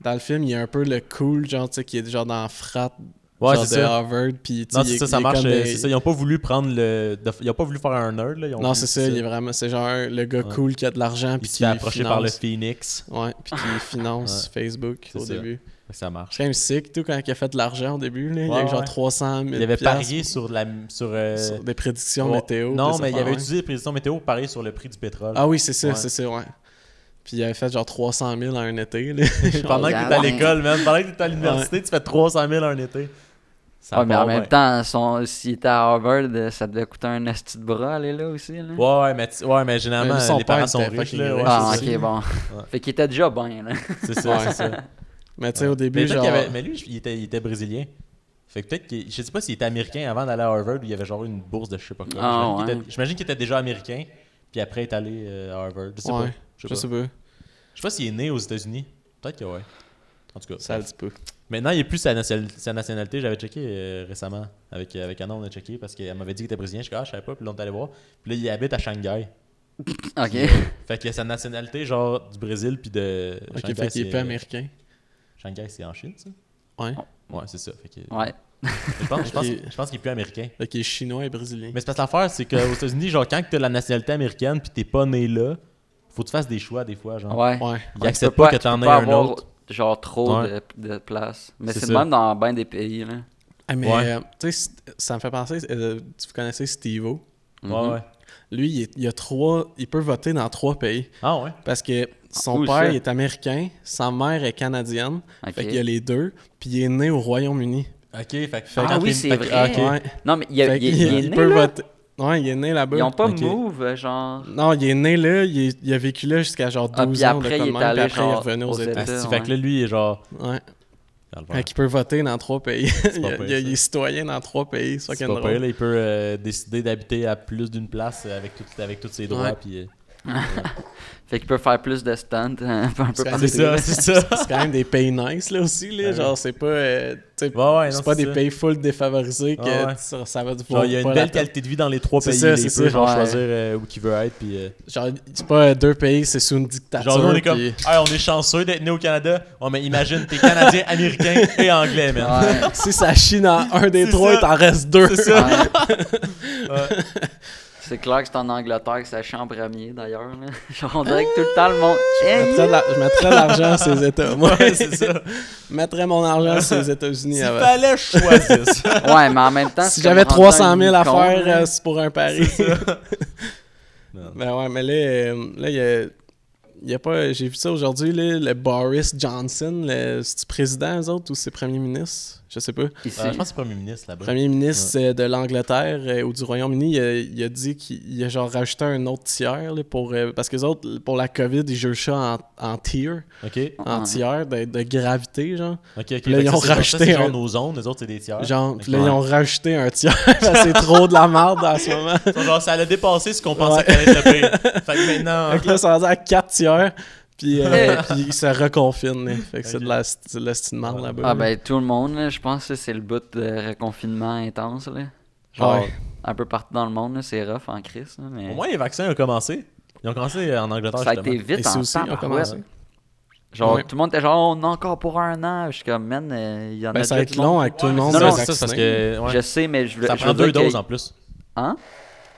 S2: Dans le film, il y a un peu le cool, genre, tu sais, qui est genre dans Frat,
S1: Ouais,
S2: genre
S1: c'est
S2: de
S1: ça.
S2: Harvard, puis, tu sais,
S1: Non,
S2: il
S1: c'est
S2: est-
S1: ça,
S2: il
S1: ça
S2: est
S1: marche,
S2: comme
S1: euh,
S2: des-
S1: c'est ça, ils ont pas voulu prendre le de- ils ont pas voulu faire un nerd là, ils ont
S2: Non,
S1: voulu-
S2: c'est ça, il est vraiment. C'est genre un- le gars
S1: Ouais.
S2: cool qui a de l'argent,
S1: il
S2: puis
S1: se
S2: qui
S1: fait approcher par le
S2: finance.
S1: Phoenix.
S2: Ouais, puis qui finance Facebook
S1: C'est
S2: au
S1: ça.
S2: début.
S1: Fait que Ça marche.
S2: C'est quand même sick, tout, quand il a fait de l'argent au début, là. il y
S1: Ouais,
S2: a eu genre
S1: ouais.
S2: 300 000
S1: Il avait
S2: piastres
S1: parié sur la sur, euh,
S2: sur des prédictions
S1: Ouais.
S2: météo.
S1: Non,
S2: des
S1: mais il
S2: affaires,
S1: avait
S2: ouais.
S1: utilisé les prédictions météo pour parier sur le prix du pétrole.
S2: Ah oui, c'est ça,
S1: Ouais.
S2: c'est ça, ouais. Puis il avait fait genre 300 000 en un été. là. oh,
S1: Pendant que t'es à
S4: Ouais.
S1: l'école, man. Pendant que t'es à l'université, tu fais 300 000 en été. Ça
S4: Ouais, mais
S1: part
S4: en même
S1: bien.
S4: temps, son... s'il était à Harvard, euh, ça devait coûter un esti de bras aller là aussi, là.
S1: Ouais, ouais, mais, tu- ouais, mais généralement,
S2: Mais lui, son
S1: les parents
S2: père
S1: sont
S2: était
S1: riches,
S2: fucking
S1: là. ouais,
S2: riche
S4: Ah,
S1: c'est
S4: ok, bon. Fait qu'il était déjà bien, là.
S1: ça. C'est ça,
S2: Ouais.
S1: c'est ça.
S2: Mais tu sais, au
S1: mais,
S2: début,
S1: peut-être
S2: genre.
S1: qu'il avait- mais lui, il était, il était brésilien. Fait que peut-être qu'il. Je sais pas s'il était américain avant d'aller à Harvard ou il avait genre une bourse de je sais pas quoi.
S4: Ah,
S1: J'imagine qu'il
S4: ouais.
S1: était- J'imagine qu'il était déjà américain, puis après est allé euh, à Harvard. Je sais
S2: Ouais,
S1: pas. Je sais pas.
S2: Je sais pas.
S1: Je sais pas s'il est né aux États-Unis. Peut-être que ouais. En tout cas.
S2: Ça le dit pas.
S1: Maintenant, il n'y a plus sa, nation- sa nationalité. J'avais checké euh, récemment. Avec, avec Anna, on a checké parce qu'elle m'avait dit qu'il était brésilien. Je suis ah, je savais pas. Puis là, on est allé voir. Puis là, il habite à Shanghai.
S4: Ok.
S1: Fait que sa nationalité, genre du Brésil, puis de.
S2: Ok,
S1: Shanghai,
S2: fait qu'il est
S1: c'est-
S2: pas américain.
S1: Shanghai, c'est en Chine, ça
S2: Ouais.
S1: euh, Ouais, c'est ça. Fait que-
S4: Ouais.
S1: Je pense, je pense,
S2: Ok.
S1: je pense qu'il est plus américain.
S2: Fait qu'il est chinois et brésilien.
S1: Mais c'est parce que l'affaire, c'est qu'aux États-Unis, genre, quand tu as la nationalité américaine, puis t'es pas né là, faut que tu fasses des choix, des fois. Genre.
S4: Ouais.
S2: Ouais.
S1: Ils
S4: Ouais,
S1: acceptent
S4: tu peux
S1: pas, que
S4: tu
S1: t'en
S4: peux
S1: aies
S4: pas
S1: un
S4: avoir,
S1: autre.
S4: Genre trop
S1: Ouais.
S4: de, de place. Mais
S1: C'est
S4: c'est le
S1: ça.
S4: même dans bien des pays, là.
S2: Ah, mais
S1: Ouais.
S2: euh, tu sais, c'est- ça me fait penser. euh, tu connaissez Steve-O
S4: Mhm.
S1: Ouais, ouais.
S2: Lui, il, est- il a trois. Il peut voter dans trois pays.
S1: Ah ouais.
S2: Parce que son
S4: Où
S2: père
S4: ça?
S2: il est américain, sa mère est canadienne.
S4: Ok.
S2: Fait qu'il y a les deux. Puis il est né au Royaume-Uni.
S1: Ok, fait que.
S4: Ah
S1: quand
S4: oui,
S1: t'es-
S4: c'est
S1: fait que-
S4: vrai.
S1: ah, ok.
S2: Ouais.
S4: Non, mais il, y a,
S2: Fait
S4: il, y a-
S2: qu'il-
S4: il
S2: il
S4: est né,
S2: peut
S4: là.
S2: voter. Ouais, il est né là-bas.
S4: Ils ont pas
S1: Ok.
S4: move, euh, genre.
S2: Non, il est né là, il, est- il a vécu là jusqu'à genre
S4: Ah,
S2: 12
S4: puis
S2: ans de
S4: après, il est
S2: comment,
S4: allé
S2: puis après il est
S4: genre
S2: revenu aux
S4: aux
S2: États.
S1: Ah, si,
S4: ouais.
S1: Fait que là, lui, il est genre.
S2: Ouais.
S1: Ah, le
S2: Fait qu'il peut voter dans trois pays. il,
S1: pas
S2: a-
S1: pire,
S2: il a-
S1: ça.
S2: il est citoyen dans trois pays, c'est
S1: C'est
S2: fucking
S1: pas
S2: drôle.
S1: pire, là, il peut euh, décider d'habiter à plus d'une place euh, avec, tout, avec tous ses droits.
S2: Ouais.
S1: puis, euh,
S4: Fait qu'il peut faire plus de stunts euh, un peu
S2: C'est
S4: partout.
S1: c'est ça, c'est ça.
S2: C'est quand même des pays nice là aussi, là.
S1: Ouais.
S2: genre c'est pas, euh, tu sais,
S1: Ouais, ouais, non,
S2: c'est pas
S1: c'est
S2: des
S1: ça.
S2: pays full défavorisés que
S1: Ouais, ouais.
S2: ça, ça va te
S1: Genre, il y a
S2: pas
S1: une
S2: la
S1: belle
S2: peine.
S1: qualité de vie dans les trois
S2: C'est
S1: pays.
S2: ça,
S1: il
S2: c'est
S1: peut
S2: ça.
S1: genre
S4: Ouais.
S1: choisir euh, où qu'il veut être. Puis, euh,
S2: Genre, c'est pas euh, deux pays, c'est sous une dictature.
S1: Genre, nous, on est comme,
S2: puis-
S1: Hey, on est chanceux d'être né au Canada. Oh, mais imagine, t'es Canadien, Américain et Anglais, man.
S4: Ouais.
S2: si ça chie dans un des
S1: C'est
S2: trois,
S1: ça.
S2: il t'en reste deux.
S1: C'est ça.
S4: Ouais. C'est clair que c'est en Angleterre que ça chambre premier d'ailleurs. là. Genre, on dirait que tout le temps le monde.
S2: Ah, Je
S4: Hey,
S2: mettrais de la- je mettrais de l'argent à ces États. Moi,
S1: Ouais, c'est ça.
S2: Je mettrais mon argent à ces États-Unis
S1: S'il
S2: avant.
S1: fallait, que je choisisse.
S4: Ouais, mais en même temps.
S2: Si
S4: c'est comme
S2: j'avais
S4: rendre
S1: euh,
S2: 300 000
S4: un
S2: à
S4: icône,
S2: faire,
S4: là.
S2: euh, c'est pour un pari.
S1: man.
S2: Ben ouais, mais là, euh, là, il y a. il y a pas, j'ai vu ça aujourd'hui, là, le Boris Johnson, le, c'est-tu président, eux autres, ou c'est premier ministre? Je sais pas.
S4: Ici,
S1: Euh, je pense que c'est premier ministre là-bas.
S2: Premier ministre euh, de l'Angleterre euh, ou du Royaume-Uni, il, a- il a dit qu'il il a genre rajouté un autre tiers, là, pour, euh, parce que les autres, pour la COVID, ils jugent ça en, en tier,
S1: OK.
S2: en tiers de, de gravité, genre.
S1: OK, OK.
S2: Puis là,
S1: Fait
S2: ils
S1: que
S2: ont
S1: ça, c'est-
S2: racheté
S1: ça, c'est genre
S2: un-
S1: nos zones, les autres, c'est des tiers.
S2: Genre,
S1: Ok.
S2: puis là, ils ont rajouté un tiers, parce que c'est trop de la merde en ce moment.
S1: Ils sont genre, ça a dépassé ce qu'on pensait
S2: Ouais.
S1: qu'elle allait taper. fait que maintenant.
S2: Fait que là, ça rendu à 4 tiers. Puis, euh, puis ils se reconfinent. là. Fait que c'est de la c'est de la petite merde là-bas.
S4: ah ben tout le monde, là, je pense que c'est le bout de reconfinement intense. Là. Genre,
S2: Ouais.
S4: un peu partout dans le monde, là, c'est rough en crise. là, mais
S1: Au moins, les vaccins ont commencé. Ils ont commencé en Angleterre.
S4: ça a
S1: justement.
S4: été vite
S2: Et
S4: en
S2: ça aussi, on a
S4: tabarouette.
S2: commencé.
S4: Genre,
S2: Ouais.
S4: tout le monde était genre, on a encore pour un an. Je suis comme, man, euh, il y en
S2: Ben,
S4: a
S2: ça va
S4: déjà
S2: être
S4: du monde.
S2: long hein. avec tout le monde.
S1: Non,
S4: Non,
S1: non,
S4: non,
S1: c'est ça, parce que. ouais.
S4: Je sais, mais je veux.
S1: ça
S4: je
S1: prend
S4: veux
S1: deux
S4: dire que-
S1: doses en plus.
S4: Hein?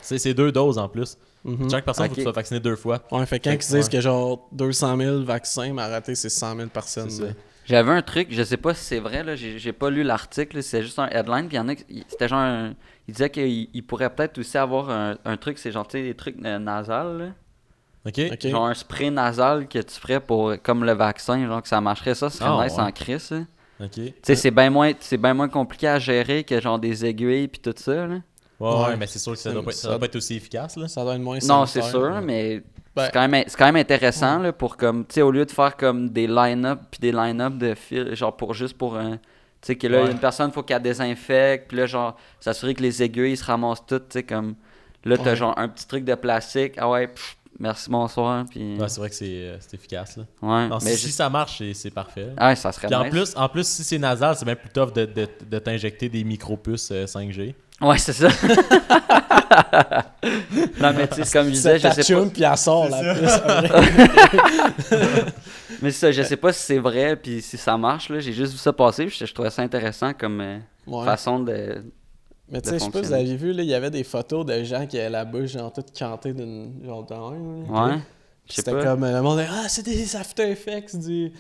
S1: C'est c'est deux doses en plus.
S2: Mm.
S1: Chaque personne, faut
S4: Ok.
S1: que tu sois vacciné deux fois.
S2: Mhm. Ouais, fait que quand
S1: Fait
S2: ils
S1: que,
S2: disent
S1: ouais.
S2: que genre 200 000 vaccins, mais arrêtez, c'est 100 000 personnes.
S1: C'est ça.
S2: là.
S4: J'avais un truc, je sais pas si c'est vrai, là, j'ai j'ai pas lu l'article, là, c'est juste un headline, puis il y en a, qui- il- c'était genre, un- il disait qu'il il pourrait peut-être aussi avoir un, un truc, c'est genre, tu sais, des trucs euh, nasales, là.
S1: OK?
S2: Ok.
S4: genre un spray nasal que tu ferais pour, comme le vaccin, genre que ça marcherait, ça, ce serait
S1: Ah,
S4: nice
S1: ouais.
S4: en crise, là.
S1: OK. Ouais,
S4: Tu sais, c'est bien moins, c'est ben moins compliqué à gérer que genre des aiguilles puis tout ça, là.
S1: ouais,
S2: Ouais.
S1: mais c'est sûr que ça
S2: Ça-
S1: doit pas, être- ça doit pas être aussi efficace, là.
S2: Ça doit être moins
S4: Non, c'est
S2: sanitaire.
S4: sûr, mais
S2: Ben-
S4: c'est quand, même- c'est quand même intéressant là, pour comme, tu sais, au lieu de faire comme des line-up puis des line-up de fil, genre pour juste pour un. Tu sais, que là,
S1: Ouais.
S4: une personne, faut qu'elle désinfecte, puis là, genre, s'assurer que les aiguilles, ils se ramassent toutes, tu sais, comme. Là, t'as
S2: Ouais.
S4: genre un petit truc de plastique, ah ouais, pff, merci, bonsoir, puis.
S1: Ouais, c'est vrai que c'est euh, c'est efficace, là.
S4: Ouais,
S1: Non, si,
S4: Mm. mais
S1: si
S4: juste-
S1: ça marche, c'est- c'est parfait.
S4: Ah, ouais, ça serait
S1: Puis en
S4: nice.
S1: plus, en plus, si c'est nasal, c'est même plus tough de, de, de t'injecter des micropuces euh, 5G.
S4: Ouais, c'est ça. non, mais tu sais, comme je
S2: C'est
S4: disais, je
S2: ta
S4: sais pas.
S2: chum, puis elle sort la puce.
S4: Mais c'est ça, je sais pas si c'est vrai, puis si ça marche, là, j'ai juste vu ça passer, puis je, je trouvais ça intéressant comme euh,
S2: Ouais.
S4: façon de...
S2: Mais tu
S4: de
S2: sais, je sais pas si vous
S4: fonctionner.
S2: avez vu, là, il y avait des photos de gens qui avaient la bouche genre toute cantée d'une genre de même, là.
S4: Ouais, je sais
S2: C'était
S4: pas.
S2: comme euh, le monde, ah, c'est des after effects du,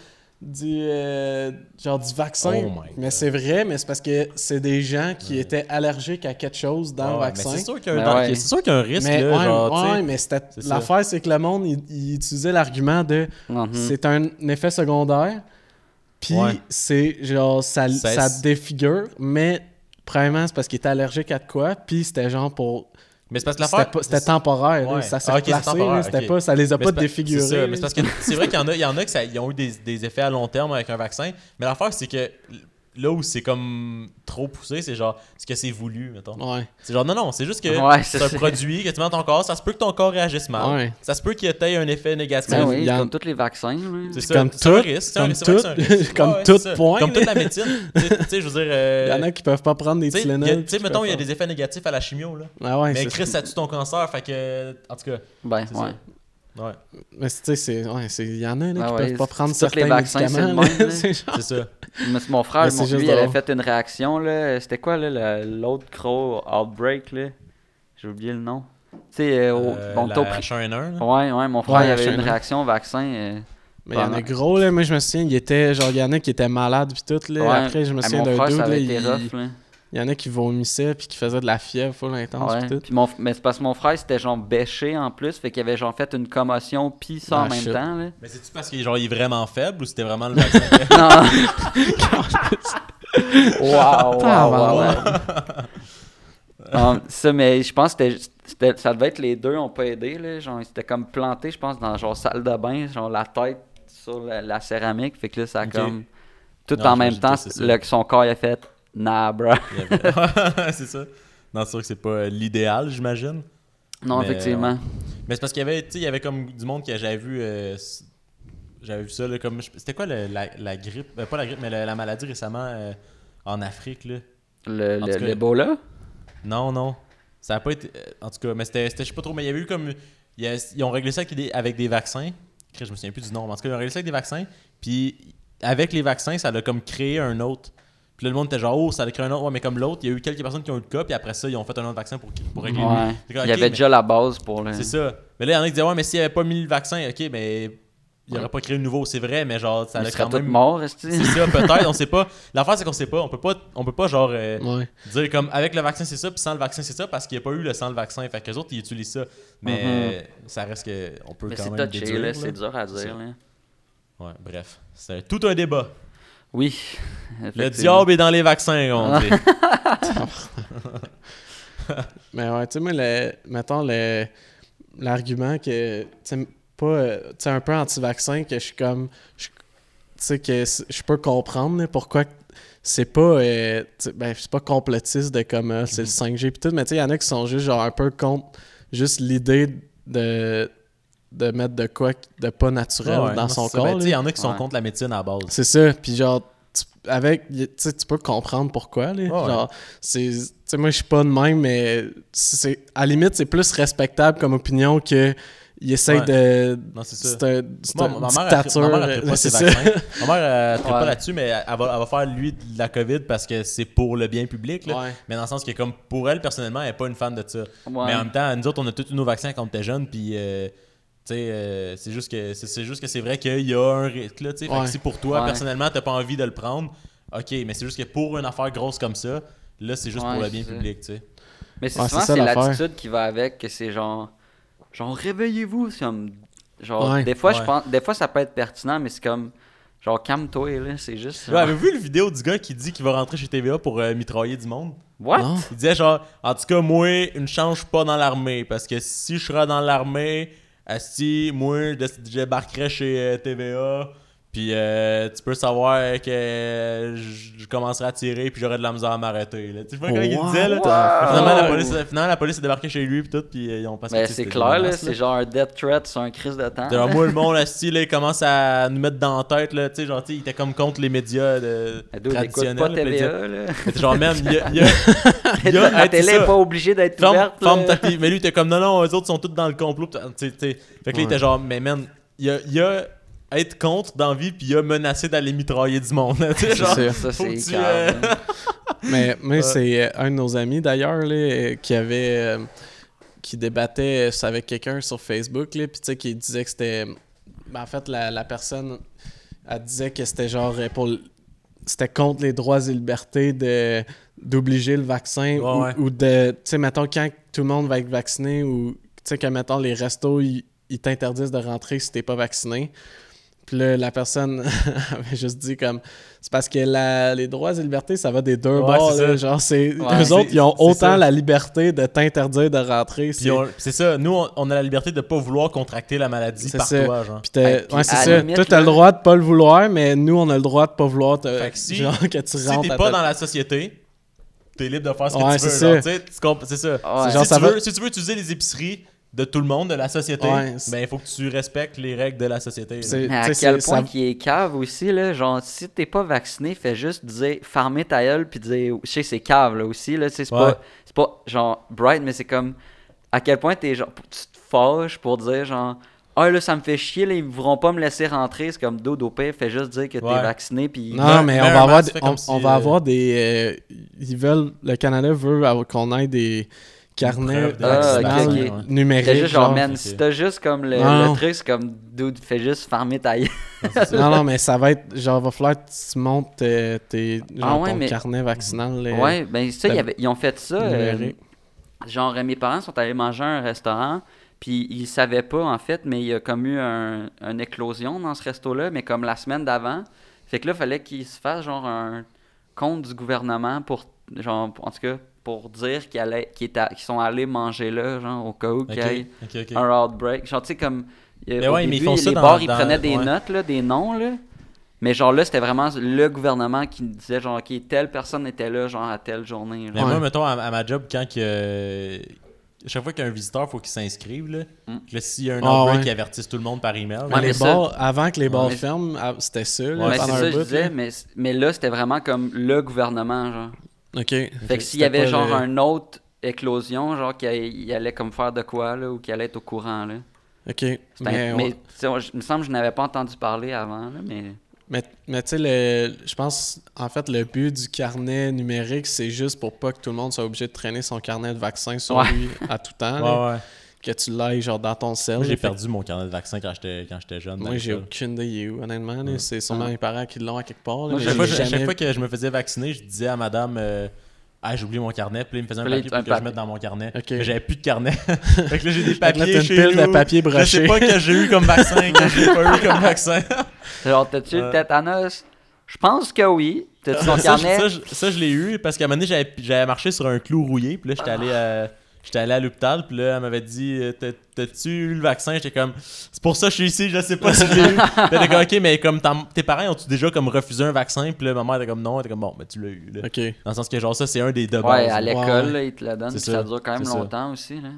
S2: du euh, genre du vaccin.
S1: Oh my
S2: mais
S1: God.
S2: c'est vrai, mais c'est parce que c'est des gens qui étaient allergiques à quelque chose dans
S1: Ah
S2: le
S1: Ouais, mais
S2: vaccin.
S1: c'est sûr qu'il y a un,
S4: Ben
S1: dans-
S4: ouais.
S1: c'est sûr qu'il y a un risque,
S2: Mais,
S1: là,
S2: ouais,
S1: genre, tu
S2: ouais,
S1: sais.
S2: mais c'était-
S1: C'est ça.
S2: l'affaire, c'est que le monde, il, il utilisait l'argument de
S4: Mhm.
S2: c'est un effet secondaire, puis
S1: Ouais.
S2: c'est genre ça,
S1: Ça-
S2: ça défigure, mais premièrement, c'est parce qu'il était allergique à de quoi, puis c'était genre pour.
S1: Mais c'est parce que
S2: C'était,
S1: l'affaire.
S2: pas- c'était temporaire, là,
S1: Ouais.
S2: ça s'est
S1: Ah, ok, c'est
S2: replacé, là,
S1: temporaire,
S2: c'était
S1: ok.
S2: pas, ça les a
S1: Mais
S2: pas
S1: c'est pas-
S2: défigurés.
S1: C'est ça, mais
S2: là.
S1: c'est parce que c'est vrai qu'il y en a, il y en a que ça, ils ont eu des, des effets à long terme avec un vaccin, mais l'affaire c'est que là où c'est comme trop poussé, c'est genre ce que c'est voulu, mettons.
S2: Ouais.
S1: C'est genre non non, c'est juste que
S4: Ouais, c'est
S1: c'est un
S4: ça.
S1: produit que tu mets dans ton corps, ça se peut que ton corps réagisse mal,
S2: Ouais.
S1: ça se peut qu'il ait un effet négatif.
S4: Ben
S2: c'est-
S4: oui,
S2: il y en-
S4: comme tous les vaccins, là.
S1: C'est
S2: C'est
S1: ça,
S2: comme
S1: c'est un
S2: tout,
S1: risque, c'est
S2: comme
S1: un- c'est vrai que c'est un
S2: tout,
S1: risque.
S2: comme
S1: Ouais,
S2: tout
S1: c'est ça.
S2: point,
S1: comme toute
S2: là.
S1: la médecine. Tu sais- tu sais, je veux dire, euh,
S2: Il y en a qui peuvent pas prendre des
S1: tu sais, il y a-
S2: Tylenol.
S1: tu sais, mettons, il y a des effets négatifs à la chimio là.
S2: Ah ouais,
S1: mais
S2: c'est-
S1: Chris, ça tue ton cancer, fait que en tout cas,
S4: Ben,
S1: c'est
S4: ouais.
S1: ouais,
S2: Mais tu sais, c'est- ouais, c'est- il y en a là,
S4: Ah
S2: qui
S4: ouais,
S2: peuvent pas
S4: c'est-
S2: prendre
S4: tous les
S2: certains
S4: vaccins, c'est le
S2: médicaments. là.
S4: même, là.
S2: C'est genre-
S1: c'est ça.
S4: Mais c'est mon frère,
S2: Mais c'est
S4: mon,
S2: juste
S4: lui, il avait
S2: drôle.
S4: fait une réaction, là. C'était quoi, là, la- l'autre crow outbreak, là? J'ai oublié le nom. Tu sais, euh, au-
S1: Euh,
S4: bon,
S1: la
S4: t'as pris-
S1: H1N1, là.
S4: Ouais, ouais, mon frère,
S2: Ouais,
S4: il avait une
S2: H1N1.
S4: réaction au vaccin. euh,
S2: Mais il y en a
S4: Pendant-
S2: gros, là. Moi, je me souviens, il était, genre, il y en a qui étaient malades, puis tout, là.
S4: ouais.
S2: Après, je me
S4: Ah,
S2: souviens
S4: Mon
S2: d'un
S4: frère,
S2: dude,
S4: ça
S2: là.
S4: avait été
S2: Il,
S4: rough, là.
S2: il y en a qui vomissaient, puis qui faisaient de la fièvre, full intense,
S4: Ouais.
S2: puis tout.
S4: Puis mon, f- mais c'est parce que mon frère, c'était genre bêché en plus, fait qu'il avait genre fait une commotion pis ça en
S2: Ah,
S4: même
S2: shit.
S4: temps. Là.
S1: Mais c'est-tu parce qu'il genre, il est vraiment faible ou c'était vraiment le vaccin? que-
S4: Non! wow! wow, wow, wow.
S2: Tabarnak.
S4: Um, ça, mais je pense que c'était- c'était- ça devait être les deux, on peut aider. Là. Genre, c'était comme planté, je pense, dans genre salle de bain, genre la tête sur la, la céramique, fait que là, ça a
S1: Ok.
S4: comme. Tout
S1: Non,
S4: en même
S1: j'imagine
S4: temps,
S1: que c'est ça.
S4: le, son corps il a fait nah, bro.
S1: Il y avait- c'est ça. Non, c'est sûr que c'est pas euh, l'idéal, j'imagine.
S4: Non,
S1: Mais,
S4: effectivement.
S1: Mais c'est parce qu'il y avait, tu sais, il y avait comme du monde que j'avais vu. euh, s- j'avais vu ça, là, comme. je- C'était quoi le- la, la grippe Euh, Pas la grippe, mais la, la maladie récemment euh, en Afrique, là.
S4: Le,
S1: En
S4: euh, le,
S1: tout cas-
S4: l'Ebola?
S1: Non, non. Ça a pas été. euh, en tout cas, mais c'était. c'était- Je sais pas trop, mais il y avait eu comme. il y a- ils ont réglé ça avec des, avec des vaccins. Chris, Je me souviens plus du nom. mais En tout cas, ils ont réglé ça avec des vaccins. Puis, avec les vaccins, ça a comme créé un autre. Puis là, le monde était genre, oh, ça a créé un autre. Ouais, mais comme l'autre, il y a eu quelques personnes qui ont eu le cas. Puis après ça, ils ont fait un autre vaccin pour, pour régler lui.
S4: Ouais.
S1: C'est comme,
S4: il y
S1: ok,
S4: avait
S1: mais-
S4: déjà la base pour le.
S1: C'est ça. Mais là, il y en a qui disaient, ouais, mais s'il n'y avait pas mis le vaccin, ok, mais il aurait pas créé de nouveau, c'est vrai, mais genre, ça
S4: Ils
S1: aurait
S4: seraient
S1: quand
S4: tous
S1: même.
S4: morts, est-ce
S1: C'est ça, peut-être, on sait pas. L'affaire, c'est qu'on sait pas. On peut pas, on peut pas genre, euh,
S2: Ouais.
S1: dire comme avec le vaccin, c'est ça, puis sans le vaccin, c'est ça, parce qu'il n'y a pas eu le sans le vaccin. Fait que les autres, ils utilisent ça. Mais euh,
S2: Mm-hmm.
S1: ça reste que. On peut
S4: Mais
S1: quand
S4: c'est
S1: même.
S4: touché,
S1: déduire,
S4: là,
S1: là.
S4: c'est dur à
S1: C'est ça.
S4: dire. Là.
S1: Ouais, bref. C'est tout un débat.
S4: Oui.
S1: Le
S4: effectivement.
S1: diable est dans les vaccins, on dit.
S2: Mais ouais, tu sais, moi, le, mettons, le, l'argument que, tu sais, pas, euh, tu sais, un peu anti-vaccin, que je suis comme, je- tu sais, que c- je peux comprendre là, pourquoi que c'est pas, euh, tu sais, ben, c'est pas complotiste de comme, euh,
S1: Mhm.
S2: c'est le 5G pis tout, mais tu sais, il y en a qui sont juste, genre, un peu contre juste l'idée de, de mettre de quoi de pas naturel
S1: Ouais,
S2: dans
S1: non,
S2: son
S1: c'est ça. Ben,
S2: corps.
S1: tu sais,
S2: là.
S1: Il y en a qui sont
S4: Ouais.
S1: contre la médecine à la base.
S2: C'est ça. Puis genre, tu, avec, y- tu sais, tu peux comprendre pourquoi. Là.
S1: Ah ouais.
S2: Genre, c'est, tu sais, moi, je suis pas de même, mais c'est, à la limite, c'est plus respectable comme opinion que il essaye de.
S1: Non, c'est ça.
S2: C'est un, c'est
S1: Moi, ma,
S2: un
S1: mère, elle
S2: dictature.
S1: tripe- ma mère, elle tripe
S2: là,
S1: pas ses
S2: c'est ça.
S1: vaccins. Ma mère, elle tripe pas
S4: Ouais.
S1: là-dessus, mais elle va, elle va faire, lui, de la COVID parce que c'est pour le bien public. là.
S2: Ouais.
S1: Mais dans le sens que, comme pour elle, personnellement, elle n'est pas une fan de ça. Mais en même temps, nous autres, on a tous eu nos vaccins quand on était jeunes, puis. euh, tu sais, euh, c'est juste que c'est c'est juste que c'est vrai qu'il y a un risque là, tu sais. Fait que
S2: Ouais.
S1: si pour toi
S4: Ouais.
S1: personnellement t'as pas envie de le prendre, ok, mais c'est juste que pour une affaire grosse comme ça, là c'est juste
S4: Ouais,
S1: pour le
S4: c'est
S1: bien
S4: ça.
S1: public, tu sais.
S4: Mais c'est
S2: Ouais,
S4: souvent
S2: c'est ça,
S4: c'est
S2: l'affaire.
S4: l'attitude qui va avec que c'est genre genre réveillez-vous c'est comme genre
S2: Ouais,
S4: des fois je
S1: ouais.
S4: pense des fois ça peut être pertinent mais c'est comme genre calme-toi là c'est juste
S1: Ouais, avez-vous vu le vidéo du gars qui dit qu'il va rentrer chez TVA pour euh, mitrailler du monde?
S4: what
S2: Non.
S1: Il disait genre, en tout cas, moi, une chance, je suis pas dans l'armée. Parce que si je serais dans l'armée, Asti, moi, je dé- je débarquerais chez euh, TVA. Puis euh, tu peux savoir que euh, je je commencerais à tirer, puis j'aurais de la misère à m'arrêter. là. Tu vois quand il
S2: What
S1: disait, là?
S2: the
S1: Mais Finalement, la
S2: fuck?
S1: police, euh, finalement, la police est débarquée chez lui, puis tout, puis euh, ils ont passé
S4: mais
S1: que
S4: c'est
S1: c'était
S4: clair
S1: des
S4: là
S1: menaces,
S4: c'est genre un death threat sur un crise de temps
S1: Genre,
S4: là.
S1: moi, le monde, Asti, là, il commence à nous mettre dans la tête, là. Tu sais, genre, tu sais, il était comme contre les médias de-
S4: Dude, écoute
S1: traditionnels.
S4: pas
S1: là, puis il disait-
S4: TVA là
S1: Genre, même, il y a- il y a Il y a-
S4: la
S1: hey, c'est
S4: télé
S1: ça.
S4: est pas obligée d'être
S1: Ferme,
S4: ouverte euh.
S1: ferme ta
S4: là.
S1: pi- Mais lui, il était comme non, non, eux autres sont tous dans le complot. pis t'as- t'sais, t'sais. Fait que là, il était genre, mais man, il y a, il y a être contre dans la vie, puis il y a menacé d'aller mitrailler du monde. tu sais, genre,
S2: sûr.
S4: ça
S1: faut que
S4: c'est
S1: tu, euh,
S4: calme là.
S2: Mais moi, c'est euh, un de nos amis d'ailleurs là, euh, qui avait euh, qui débattait euh, avec quelqu'un sur Facebook là, puis tu sais qui disait que c'était ben, en fait la, la personne elle disait que c'était genre euh, pour l- c'était contre les droits et libertés de d'obliger le vaccin
S1: Ouais,
S2: ou,
S1: ouais.
S2: ou de tu sais mettons quand tout le monde va être vacciné ou tu sais que mettons les restos ils ils t'interdisent de rentrer si t'es pas vacciné. Puis là, la personne avait juste dit comme c'est parce que la- les droits et libertés, ça va des deux
S1: Ouais,
S2: bords.
S1: c'est
S2: là.
S1: ça.
S2: genre, c'est
S4: Ouais.
S2: eux autres, ils ont
S1: C'est- c'est
S2: autant
S1: ça.
S2: la liberté de t'interdire de rentrer.
S1: Puis
S2: C'est
S1: on- c'est ça, nous, on, on a la liberté de pas vouloir contracter la maladie
S2: C'est
S1: par
S2: ça.
S1: toi. Genre.
S2: puis t'as-
S4: Hey, puis
S2: ouais, c'est
S4: à la
S2: ça.
S4: limite,
S2: Toi, t'as
S4: là-
S2: le droit de pas le vouloir, mais nous, on a le droit de pas vouloir te-
S1: Fait que si-
S2: genre, que tu
S1: Si
S2: rentres.
S1: t'es
S2: à
S1: pas
S2: ta-
S1: dans la société, t'es libre de faire ce que
S2: Ouais,
S1: tu veux.
S2: c'est
S1: genre,
S2: ça.
S1: tu sais, tu comp- C'est ça.
S4: Ouais.
S1: Si,
S2: Genre,
S1: tu
S2: ça va-
S1: veux, si tu veux utiliser les épiceries de tout le monde, de la société,
S2: Ouais, c'est-
S1: ben il faut que tu respectes les règles de la société. là.
S2: C'est-
S4: Mais à
S2: tu sais,
S4: quel
S2: c'est-
S4: point
S2: ça-
S4: qui est cave aussi, là, genre, si t'es pas vacciné, fais juste dire, farmer ta gueule, puis dire, je sais, c'est cave, là, aussi, là, tu sais, c'est
S1: Ouais.
S4: pas, c'est pas, genre, bright, mais c'est comme, à quel point t'es, genre, tu te fâches pour dire, genre, ah, là, ça me fait chier, là, ils voudront pas me laisser rentrer, c'est comme, dos paix, fais juste dire que t'es
S1: Ouais.
S4: vacciné, puis...
S1: Mets-
S2: Non, mais
S1: mets
S2: on
S1: un
S2: va, avoir,
S1: masque,
S2: des-
S1: fais
S2: on,
S1: comme si,
S2: on va
S1: euh,
S2: avoir des. euh, ils veulent. Le Canada veut avoir- qu'on ait des carnets
S1: preuve de
S2: vaccinales
S4: Ah, ok,
S1: ok.
S2: numériques.
S4: T'as juste genre,
S2: genre.
S4: man,
S1: ok.
S4: si t'as juste comme le,
S2: Non,
S4: le
S2: non.
S4: truc, c'est comme, dude, fais juste farmer ta gueule.
S2: Non, non, mais ça va être. Genre, va falloir que tu montes tes, tes- genre,
S4: Ah ouais,
S2: ton
S4: mais-
S2: carnet vaccinal. là.
S4: Ouais, ben ça,
S2: la-
S4: il y avait- ils ont fait ça. euh,
S2: numérique.
S4: genre, euh, mes parents sont allés manger à un restaurant, puis ils savaient pas, en fait, mais il y a comme eu un- une éclosion dans ce resto-là, mais comme la semaine d'avant. Fait que là, il fallait qu'ils se fassent, genre, un compte du gouvernement pour, genre, en tout cas, pour dire qu'ils allaient- qu'ils étaient- qu'ils sont allés manger là, genre, au cas où
S1: Ok,
S4: qu'il y ait
S1: ok, ok.
S4: un outbreak. Genre, tu sais, comme. euh,
S1: Mais
S4: au
S1: ouais, mais ils
S4: début,
S1: font ça
S4: les
S1: dans-
S4: bars, ils
S1: dans-
S4: prenaient des
S1: ouais.
S4: notes, là, des noms, là. Mais genre là, c'était vraiment le gouvernement qui disait, genre, OK, telle personne était là, genre, à telle journée. genre.
S1: Mais
S2: Ouais.
S1: moi, mettons, à, à ma job, quand que. Chaque fois qu'il y a un visiteur, il faut qu'il s'inscrive. Là.
S4: Mm.
S1: Là, s'il y a un
S2: Ah,
S1: outbreak,
S2: ouais.
S1: ils avertissent tout le monde par email.
S4: Ouais,
S2: Mais les
S4: mais ça-
S2: bars, avant que les bars
S4: mais-
S2: ferment, ah, c'était ça, là,
S1: Ouais,
S4: Mais Ben, c'est
S2: pendant
S4: ça,
S2: un
S4: que je
S2: bout,
S4: disais,
S2: là.
S4: mais, mais là, c'était vraiment comme le gouvernement, genre.
S2: OK.
S4: Fait que s'il y
S2: C'était
S4: avait
S2: pas
S4: genre
S2: le-
S4: un autre éclosion, genre, qu'il allait- il allait comme faire de quoi, là, ou qu'il allait être au courant, là.
S2: OK.
S4: C'était
S2: Mais,
S4: un- Mais, tu sais, on- je- il me semble que je n'avais pas entendu parler avant, là, mais...
S2: mais, mais tu sais, le- je pense, en fait, le but du carnet numérique, c'est juste pour pas que tout le monde soit obligé de traîner son carnet de vaccin sur
S4: Ouais.
S2: lui à tout temps.
S1: Ouais,
S2: là.
S1: ouais.
S2: Que que tu l'ailles genre dans ton sel.
S1: Moi, j'ai
S2: Fait que-
S1: perdu mon carnet de vaccin quand j'étais quand j'étais jeune. ben, dans
S2: Moi, j'ai
S1: l'école.
S2: aucune idée il est où, honnêtement. là. C'est sûrement mes parents qui l'ont à quelque part.
S1: Ah.
S2: là,
S1: Moi,
S2: mais
S1: chaque, fois,
S2: j'ai
S1: chaque
S2: jamais-
S1: fois que je me faisais vacciner, je disais à madame euh, Ah, j'ai oublié mon carnet. Puis là, il me faisait un
S4: Puis là,
S1: papier
S4: un
S1: pour que je
S4: papier.
S1: mette dans mon carnet.
S2: Ok.
S1: Mais J'avais plus de carnet. fait que là, j'ai des papiers.
S2: t'as une
S1: chez
S2: pile de
S1: nous.
S2: papier
S1: Je sais
S2: broché.
S1: pas que j'ai eu comme vaccin, que j'ai pas eu comme vaccin.
S4: Genre, t'as-tu le tétanos? Je pense que oui. T'as-tu ton
S1: Euh. ça, je-
S4: carnet?
S1: ça, je, ça, je l'ai eu parce qu'à un moment donné, j'avais- j'avais marché sur un clou rouillé. Puis là, j'étais allé à. J'étais allé à l'hôpital, puis là, elle m'avait dit euh, T'as- T'as-tu eu le vaccin J'étais comme C'est pour ça que je suis ici, je sais pas si je l'ai eu. Puis elle était comme Ok, mais comme t'en- tes parents ont-tu déjà comme refusé un vaccin Puis là, ma mère était comme Non, elle était comme Bon, mais tu l'as eu. Là.
S2: Ok.
S1: Dans le sens que, genre, ça, c'est un des deux
S4: Ouais, à
S1: bases.
S4: l'école, là, ils te le donnent.
S1: C'est
S4: puis
S1: ça,
S4: ça dure quand même
S1: c'est ça.
S4: longtemps aussi. Là.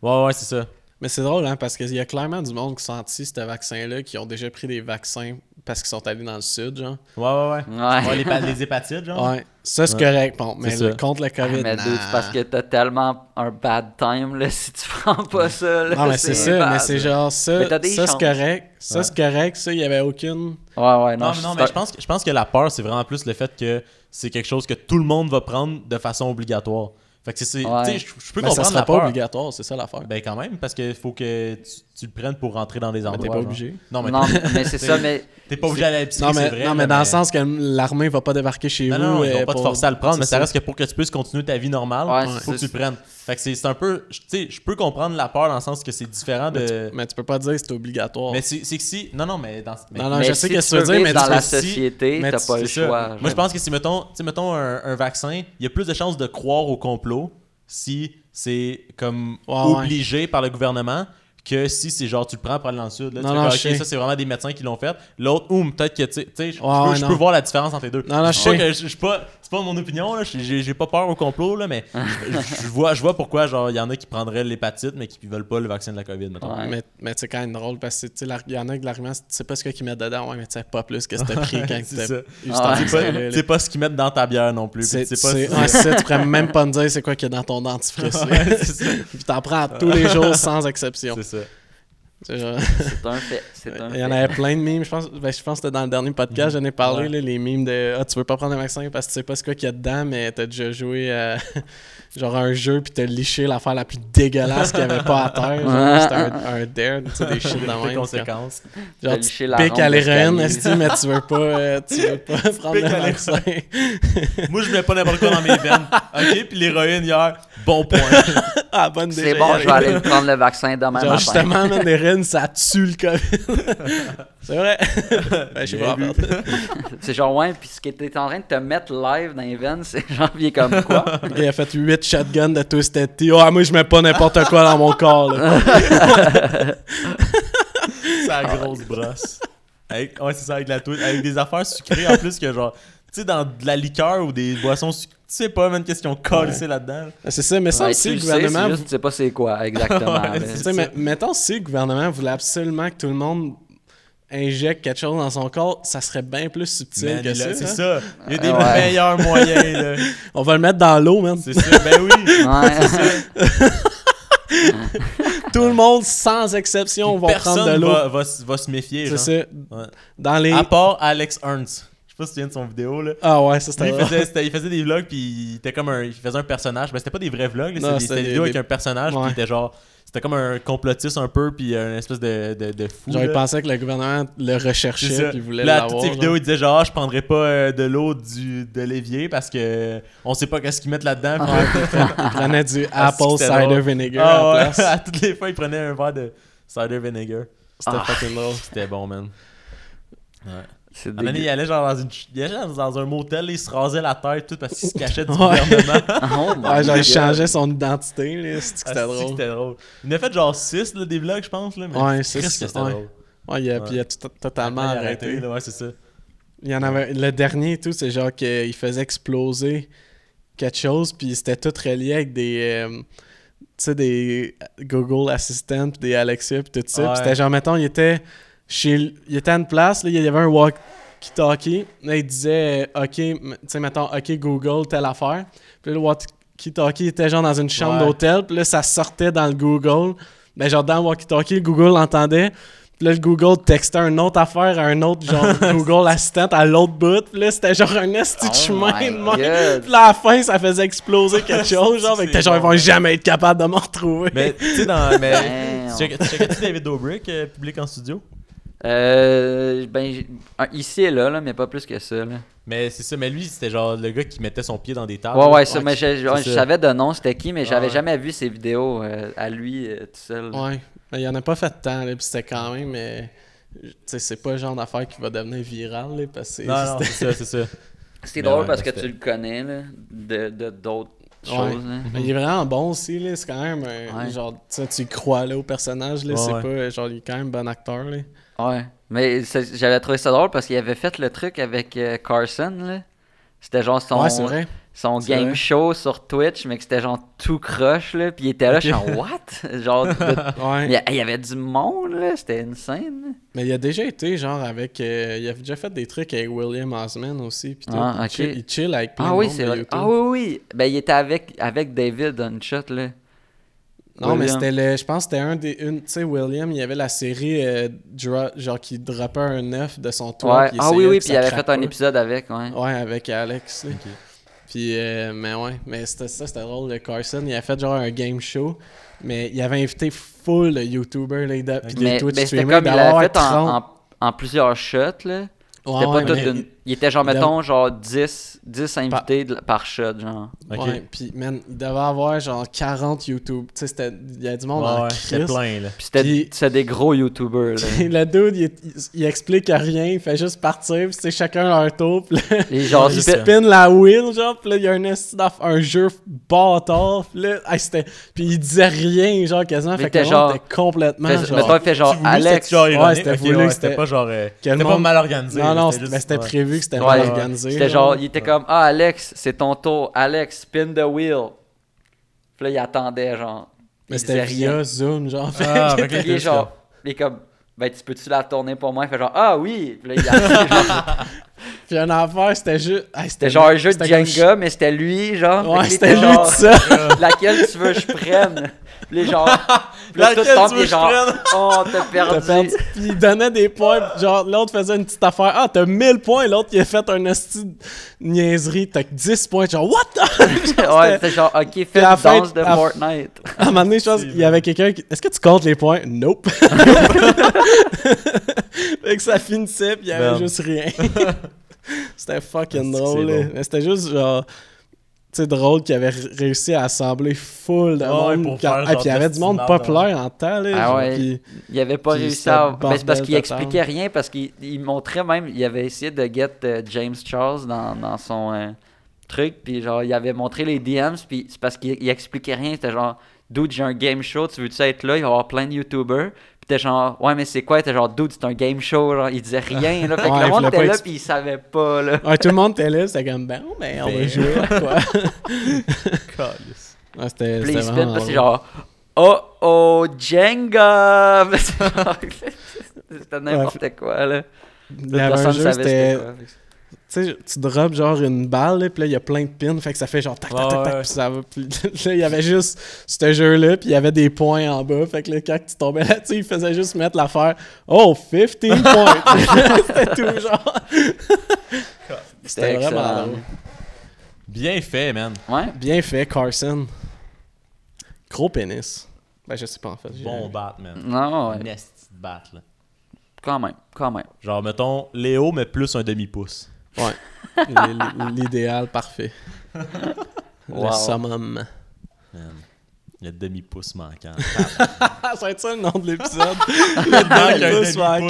S1: Ouais, ouais, c'est ça.
S2: Mais c'est drôle, hein, parce qu'il y a clairement du monde qui sont anti ce vaccin-là, qui ont déjà pris des vaccins parce qu'ils sont allés dans le sud, genre.
S1: Ouais, ouais, ouais.
S4: Ouais.
S1: Ouais, les, pa- les hépatites, genre.
S2: Ouais, ça c'est
S1: Ah. Ouais.
S2: correct, bon, mais
S1: C'est
S2: le-
S1: ça.
S2: contre le COVID.
S4: Ah, mais
S2: nah.
S4: dude, c'est parce que t'as tellement un bad time là, si tu prends pas ça. Là,
S2: Non, mais c'est ça, mais
S4: bad.
S2: c'est genre
S4: Mais
S2: ça,
S4: t'as des
S2: ça c'est
S4: chances.
S2: correct, ça
S1: Ouais.
S2: c'est correct, ça, il n'y avait aucune.
S4: Ouais, ouais,
S1: Non,
S4: non.
S1: mais non, mais je pense, que, je pense que la peur, c'est vraiment plus le fait que c'est quelque chose que tout le monde va prendre de façon obligatoire. Fait que c'est. c'est-
S4: Ouais.
S1: Tu sais, je- je peux
S2: Mais Ben, ça
S1: comprendre
S2: sera
S1: la
S2: pas
S1: peur.
S2: obligatoire, c'est ça l'affaire.
S1: Ben, quand même, parce qu'il faut que tu, tu le prennes pour rentrer dans des endroits.
S2: t'es pas
S1: genre.
S2: obligé.
S1: Non, mais
S4: Non,
S1: t'es-
S4: mais c'est ça, mais.
S1: t'es pas obligé à l'épicerie,
S2: Non, mais,
S1: c'est vrai.
S2: non,
S1: là,
S2: mais dans le sens que l'armée va pas débarquer chez
S1: Non,
S2: vous.
S1: non, ils
S2: euh,
S1: vont pas te
S2: pour-
S1: forcer à le prendre, mais
S2: c'est
S1: ça reste que pour que tu puisses continuer ta vie normale,
S4: Ouais,
S1: faut que tu le
S4: c'est-
S1: prennes. Fait que c'est c'est un peu. Tu sais, je peux comprendre la peur dans le sens que c'est différent
S2: Mais
S1: de.
S2: tu, mais tu peux pas dire que c'est obligatoire.
S1: Mais c'est c'est que si. Non, non, mais dans. mais-
S2: non, non,
S4: mais
S2: je sais
S4: si
S2: qu'est-ce que
S4: tu
S2: tu veux
S4: veux
S2: dire, mais
S4: vivre dans
S2: tu
S4: la
S2: peux- si-
S4: société,
S2: mais
S4: t'as
S2: tu-
S4: pas le
S1: C'est ça.
S4: choix.
S1: Moi, je pense que si, mettons, tu sais, mettons un, un vaccin, il y a plus de chances de croire au complot si c'est comme
S2: Ouais, ouais.
S1: obligé par le gouvernement que si c'est genre tu le prends pour aller dans le sud. Là,
S2: Non,
S1: tu fais
S2: non,
S1: comme,
S2: je
S1: ok,
S2: sais.
S1: ça c'est vraiment des médecins qui l'ont fait. L'autre, oum, peut-être que tu sais, tu sais, je- je
S2: Ouais,
S1: peux-
S2: ouais,
S1: je
S2: non.
S1: peux voir la différence entre les deux.
S2: Non, non, je
S1: dis pas
S2: sais.
S1: que je- je suis pas- C'est pas mon opinion, là, j'ai j'ai pas peur au complot, là, mais je je vois, je vois pourquoi genre il y en a qui prendraient l'hépatite mais qui veulent pas le vaccin de la COVID, mettons.
S4: Ouais.
S2: Mais, mais c'est quand même drôle parce que tu sais, l'ar- il y en a que l'argument, c'est, tu sais pas ce qu'ils mettent dedans, ouais, mais tu sais pas plus que c'était pris quand
S1: c'est ça.
S2: c'était.
S4: Ah,
S1: C'est pas, c'est pas ce qu'ils mettent dans ta bière non plus. puis
S2: C'est,
S1: tu sais pas
S2: c'est,
S1: si-
S2: ouais, c'est ça, tu pourrais même pas me dire c'est quoi qu'il y a dans ton dentifrice. là.
S1: Ouais, c'est ça.
S2: Puis t'en prends à tous les jours sans exception.
S1: C'est ça.
S2: C'est genre-
S4: C'est un fait. C'est un
S2: Il y en
S4: fait.
S2: avait plein de mimes. Je pense, ben, je pense que c'était dans le dernier podcast, j'en ai parlé,
S1: Mm-hmm. Ouais.
S2: là, les mimes de Ah, tu veux pas prendre un vaccin parce que tu sais pas ce qu'il y a dedans, mais t'as déjà joué à genre un jeu puis t'as liché l'affaire la plus dégueulasse qu'il y avait pas à terre. Genre, C'était un, un dare, tu sais, des shit dans
S1: Des
S2: même. Genre,
S1: conséquences.
S4: T'as
S2: tu
S4: liché la
S2: piques à
S4: ronde
S2: l'héroïne,
S4: d'escalier.
S2: esti, mais tu veux pas, euh, tu veux pas prendre
S1: piques
S2: le
S1: à
S2: vaccin.
S1: Moi, je mets pas n'importe quoi dans mes veines. OK, puis l'héroïne hier, bon point.
S2: ah, bonne
S4: C'est
S2: déjà,
S4: bon,
S2: y
S4: je vais
S2: aller.
S4: aller prendre le vaccin demain
S2: Genre,
S4: matin.
S2: justement, man, l'héroïne, ça tue le COVID. C'est vrai. ben, je sais
S1: Bien
S2: pas.
S1: vu.
S2: Robert.
S4: C'est genre, ouais, puis ce que t'es en train de te mettre live dans les veines, c'est genre, il est comme quoi?
S2: Il a fait 8 shotguns de Twisted Tea. Oh, moi, je mets pas n'importe quoi dans mon corps. Là.
S1: Sa
S2: Ah.
S1: grosse brosse. Avec- ouais, c'est ça, avec la twist. Avec des affaires sucrées en plus que genre, tu sais, dans de la liqueur ou des boissons sucrées. Tu sais pas même qu'est-ce qu'ils ont collé là-dedans.
S2: C'est ça, mais ça
S4: Ouais,
S2: aussi,
S4: tu
S2: le
S4: le sais,
S2: gouvernement.
S4: c'est juste, tu sais pas c'est quoi exactement.
S1: Ouais,
S4: là.
S2: tu
S1: c'est
S2: sais, mais- mettons si le gouvernement voulait absolument que tout le monde injecte quelque chose dans son corps, ça serait bien plus subtil
S1: Man,
S2: que
S1: il a-
S2: ça.
S1: c'est ça.
S2: hein.
S1: Il y a des
S4: Ouais.
S1: meilleurs moyens, là.
S2: On va le mettre dans l'eau, man.
S1: C'est ça, ben oui.
S4: Ouais.
S2: Tout le monde, sans exception, va prendre de
S1: Personne
S2: l'eau.
S1: va, va, s- va se méfier.
S2: C'est
S1: genre.
S2: ça.
S1: Ouais. Ah.
S2: Dans les.
S1: À part Alex Ernst. Je sais pas si tu viens de son vidéo, là.
S2: Ah ouais, ça c'était.
S1: Lui, il
S2: drôle.
S1: faisait, c'était- il faisait des vlogs, puis il était comme un, il faisait un personnage. Mais c'était pas des vrais vlogs, là, c'était
S2: Non,
S1: des-
S2: c'était
S1: c'était des
S2: des-
S1: vidéos avec
S2: des-
S1: un personnage, puis
S2: Ouais.
S1: il était genre. C'était comme un complotiste un peu, puis un espèce de, de, de fou.
S2: Genre, il
S1: là.
S2: pensait que le gouvernement le
S1: C'est
S2: recherchait
S1: ça.
S2: puis il voulait
S1: Là, à
S2: l'avoir.
S1: toutes ses
S2: genre.
S1: vidéos, il disait genre, Ah, je prendrais pas euh, de l'eau du- de l'évier parce que on sait pas qu'est-ce qu'ils mettent là-dedans. Puis-
S2: Il prenait Ah, du
S1: Ah, c'est
S2: apple
S1: que c'était
S2: cider
S1: drôle.
S2: vinegar
S1: Ah,
S2: à
S1: ouais.
S2: la place.
S1: à toutes les fois, il prenait un verre de cider vinegar. Ah.
S2: C'était fucking drôle.
S1: C'était bon, man. Ouais.
S4: C'est
S1: À un moment donné, il
S4: dégueu.
S1: allait genre dans, une ch- il allait genre dans un motel, il se rasait la tête tout parce qu'il se cachait du
S2: Ouais.
S1: gouvernement.
S4: Oh my
S2: Ouais, genre, il
S4: God.
S2: changeait son identité, là. C'est que
S1: Ah, c'est-tu que
S2: c'était drôle.
S1: C'était drôle. Il en a fait genre 6 des vlogs, je pense. Là, mais
S2: Ouais,
S1: c'est
S2: six,
S1: que c'était
S2: ouais.
S1: drôle.
S2: Ouais, il a, puis il a tout- totalement
S1: Il a
S2: arrêté.
S1: là, ouais, c'est ça.
S2: Il y en avait... Le dernier et tout, c'est genre qu'il faisait exploser quelque chose, puis c'était tout relié avec des... euh, tu sais, des Google Assistant, puis des Alexia, puis tout ça.
S1: Ouais.
S2: Puis c'était genre, mettons, il était chez... l- Il était à une place, là, il y avait un walkie-talkie. Là, il disait, euh, OK, m- tu sais, mettons, OK, Google, telle affaire. Puis là, le walkie-talkie était genre dans une chambre
S1: Ouais.
S2: Ben, d'hôtel, puis là, ça sortait dans le Google. Mais genre, dans le walkie-talkie, le Google l'entendait. Puis Là, le Google textait un autre affaire à un autre, genre Google Assistant à l'autre bout. Puis là, c'était genre un esti de
S4: Oh
S2: chemin
S4: my
S2: de même.
S4: God.
S2: Puis là, à la fin, ça faisait exploser quelque chose. Genre, fait que t'es genre, ils vont jamais être capables de m'en retrouver.
S1: Mais tu sais, dans. Mais,
S4: Damn.
S1: tu checkais-tu David Dobrik, euh, public en studio?
S4: Euh, ben, j- un ici et là, là, mais pas plus que ça. Là.
S1: Mais c'est ça, mais lui, c'était genre le gars qui mettait son pied dans des
S2: Ah,
S1: tables.
S4: Ouais, ouais,
S1: là.
S4: ça, mais je, je-
S1: c'est
S4: je
S1: ça.
S4: savais de nom c'était qui, mais j'avais
S1: ouais.
S4: jamais vu ses vidéos euh, à lui euh, tout seul.
S2: Ouais, mais il en a pas fait tant, là, puis c'était quand même. euh, tu sais, c'est pas le genre d'affaire qui va devenir viral, là, parce que.
S1: Non, non,
S2: c'était-
S1: c'est ça, c'est ça.
S4: C'est
S1: Mais
S4: drôle
S1: ouais,
S4: parce que
S1: c'était-
S4: tu le connais là, de de- d'autres choses. hein. là.
S2: Mais il est vraiment bon aussi, là. C'est quand même. un-
S4: Ouais.
S2: Genre, tu sais, tu y crois, là, au personnage, là.
S1: Ouais,
S2: c'est
S1: ouais.
S2: pas. euh, Genre, il est quand même bon acteur, là.
S4: Ouais. Mais c'est- j'avais trouvé ça drôle parce qu'il avait fait le truc avec euh, Carson. là. C'était genre son,
S2: Ouais, c'est vrai.
S4: son
S2: C'est
S4: game
S2: vrai.
S4: show sur Twitch, mais que c'était genre tout croche. là, Puis il était là, je suis genre, what? Genre, de-
S2: Ouais.
S4: il y a- il y avait du monde, là. C'était une scène.
S2: Mais il a déjà été, genre, avec. euh, il a déjà fait des trucs avec William Osman aussi. Puis tout.
S4: Ah,
S2: il,
S4: ok.
S2: chill, il chill avec plein
S4: Ah
S2: de
S4: oui,
S2: monde
S4: c'est
S2: de
S4: vrai.
S2: YouTube.
S4: Ah oui, oui. Ben, il était avec, avec David Unshot, là.
S2: Non, mais
S4: William.
S2: c'était le. Je pense que c'était un des. une- Tu sais, William, il y avait la série. euh, dro- genre, qui droppait un œuf de son toit.
S4: Ouais.
S2: puis
S4: Ah
S2: essayait
S4: oui, oui,
S2: que
S4: puis
S2: ça
S4: il avait
S2: craque
S4: fait un
S2: pas.
S4: épisode avec, ouais.
S2: Ouais, avec Alex. là. Puis, euh, mais ouais, mais c'était ça, c'était drôle. Le Carson, il a fait genre un game show, mais il avait invité full de YouTubers, là, de, puis des
S4: Mais,
S2: Twitch
S4: mais c'était
S2: streamers
S4: comme il l'avait
S2: d'avoir
S4: fait
S2: 30.
S4: en, en, en plusieurs shots, là.
S2: Ben Ouais,
S4: C'était
S2: ouais,
S4: pas tout
S2: mais-
S4: d'une- Il était genre,
S2: il a-
S4: mettons, genre 10, 10 invités de- par shot, genre.
S1: Ok.
S2: Ouais, puis man, il devait avoir genre 40 YouTube. Tu sais, c'était- il y a du monde en
S1: Ouais,
S2: crise.
S1: c'était plein, là.
S4: Puis c'était
S2: Puis-
S4: c'était des gros YouTubers, là.
S2: Puis le dude, il, il- il explique rien, il fait juste partir, puis c'est chacun leur tour, puis là,
S4: Les gens
S2: il
S4: spin-
S2: spin la wheel, genre, puis là, il y a un, esti d'aff- un jeu bâtard, puis là, hey, c'était... Puis il disait rien, genre, quasiment,
S4: Mais
S2: fait que le
S4: t'es
S2: monde
S4: genre-
S2: était complètement,
S4: Fait-
S2: genre...
S4: mettons, il fait genre
S1: Tu voulais,
S4: Alex.
S1: c'était genre
S2: ouais,
S1: ironique.
S2: c'était
S1: Ok,
S2: voulu
S1: ouais,
S2: que
S1: c'était
S2: c'était-
S1: pas genre. euh,
S2: Quel
S1: C'était pas
S2: monde-
S1: mal organisé.
S2: Non,
S1: là,
S2: non,
S1: juste-
S2: c'était mais c'était
S1: ouais.
S2: prévu que c'était
S4: Ouais,
S2: mal organisé.
S4: C'était genre, il était comme Ah, Alex, c'est ton tour. Alex, spin the wheel. Puis là, il attendait, genre.
S2: Mais
S4: Il
S2: c'était
S4: disait rien.
S2: via Zoom, genre. fait
S1: Ah,
S2: que-
S1: fait que là,
S4: Il est
S1: t'es
S4: genre, il est comme, ben tu peux-tu la tourner pour moi? Il fait genre, ah oui! Puis là, il a- genre,
S2: Puis un affaire, c'était juste. hey,
S4: c'était genre un jeu de
S2: c'était comme-
S4: Jenga, mais c'était lui, genre.
S2: Ouais,
S4: Fait que
S2: c'était
S4: il était
S2: lui
S4: genre,
S2: tout ça.
S4: Laquelle tu veux que je prenne? Puis les genre, puis là,
S1: Laquelle
S4: tout le temps,
S1: tu
S4: il
S1: veux
S4: est
S1: que je
S4: genre,
S1: prenne?
S4: oh, t'as
S2: T'as
S4: perdu.
S2: perdu. Puis il donnait des points. puis Genre, l'autre faisait une petite affaire. Ah, t'as 1000 points. L'autre, il a fait un esti de niaiserie. T'as que 10 points. Genre, what?
S4: ouais, c'était genre, ok, fais
S2: à la
S4: une
S2: fin,
S4: danse de
S2: à-
S4: Fortnite.
S2: à un moment donné, je pense qu'il y avait quelqu'un qui. Est-ce que tu comptes les points? Nope. fait que ça finissait, puis il y avait
S1: Merde.
S2: juste rien. c'était fucking
S1: Ben. Est-ce que
S2: drôle.
S1: c'est
S2: là.
S1: bon.
S2: Mais c'était juste genre. Tu sais, drôle qu'il avait r- réussi à assembler full de
S1: Ouais,
S2: monde.
S1: pour
S2: quand-
S1: faire
S2: Ah, puis il y
S1: genre
S2: avait du monde
S1: Destinard
S2: populaire en temps. Là,
S4: Ah
S2: genre,
S4: ouais.
S2: puis-
S4: Il avait pas
S2: Puis
S4: réussi
S2: c'était
S4: à.
S2: le
S4: Ben, c'est parce
S2: bordel
S4: qu'il
S2: total.
S4: expliquait rien, parce qu'il il montrait même. Il avait essayé de get euh, James Charles dans, dans son euh, truc, puis genre, il avait montré les DMs, puis c'est parce qu'il il expliquait rien. C'était genre, dude, j'ai un game show, tu veux-tu être là? Il va y avoir plein de YouTubers. Puis t'es genre, ouais, mais c'est quoi? T'es genre, dude, c'est un game show, genre, il disait rien, là. Fait que
S2: Ouais,
S4: le
S2: il
S4: monde
S2: voulait pas
S4: était là,
S2: expli-
S4: puis il savait pas, là.
S2: Ouais, tout le monde était là. C'était comme, ben, ben, on va
S1: Ben.
S2: jouer. Quoi.
S1: Calice.
S2: Ouais, c'était
S4: Puis
S2: c'était
S4: il spin, parce
S2: vraiment
S4: que c'est
S2: drôle.
S4: genre, oh oh, Jenga! C'était n'importe quoi, là.
S2: Il y avait un
S4: Personne
S2: jeu,
S4: savait c'était
S2: c'était.
S4: quoi. Fait que-
S2: tu sais, tu drops genre une balle, là, puis là, il y a plein de pins, fait que ça fait genre tac, tac, tac,
S1: Ouais,
S2: tac,
S1: ouais.
S2: puis ça va. Puis là, il y avait juste ce jeu-là, puis il y avait des points en bas, fait que là, quand tu tombais là-dessus, il faisait juste mettre l'affaire « Oh, 50 points! » C'était tout genre... C'était vraiment
S4: excellent.
S2: drôle.
S1: Bien fait, man.
S4: Ouais.
S2: Bien fait, Carson. Gros pénis. Ben, je sais pas, en fait. j'ai-
S1: Bon bat, man.
S4: Non, ouais.
S1: Nest bat, là.
S4: quand même, quand même.
S1: Genre, mettons, Léo, mais plus un demi-pouce.
S2: Ouais. L- L'idéal parfait. Le
S4: Wow.
S2: summum.
S1: Man. Le demi-pouce manquant.
S2: Ah, ça va être ça le nom de l'épisode.
S1: Le
S2: demi-pouce manquant.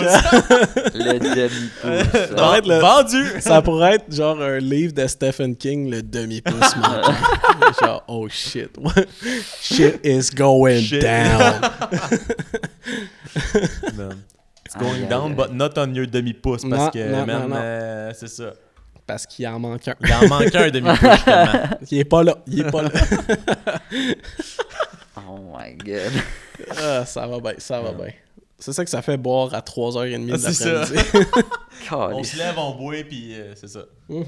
S4: Le demi-pouce.
S2: Ça va être le-
S1: Vendu!
S2: Ça pourrait être genre un livre de Stephen King, le demi-pouce manquant. genre, oh shit. shit is going
S1: Shit.
S2: down.
S1: Man. It's
S4: Aïe,
S1: going
S4: aïe,
S1: down,
S4: aïe.
S1: but not on your demi-pouce,
S2: Non,
S1: parce que,
S2: non,
S1: man,
S2: non, non.
S1: euh, c'est ça.
S2: Parce qu'il en manque un.
S1: Il en manquait un demi-pouce, justement.
S2: Il est pas là. Il est pas là.
S4: Oh my god.
S2: Ah, ça va bien, ça va bien. C'est ça que ça fait boire à 3h30 de
S1: Ah, c'est ça.
S2: l'après-midi.
S1: On
S4: Caliste.
S1: se lève, on boit, puis euh, c'est ça. Fait
S2: Mhm.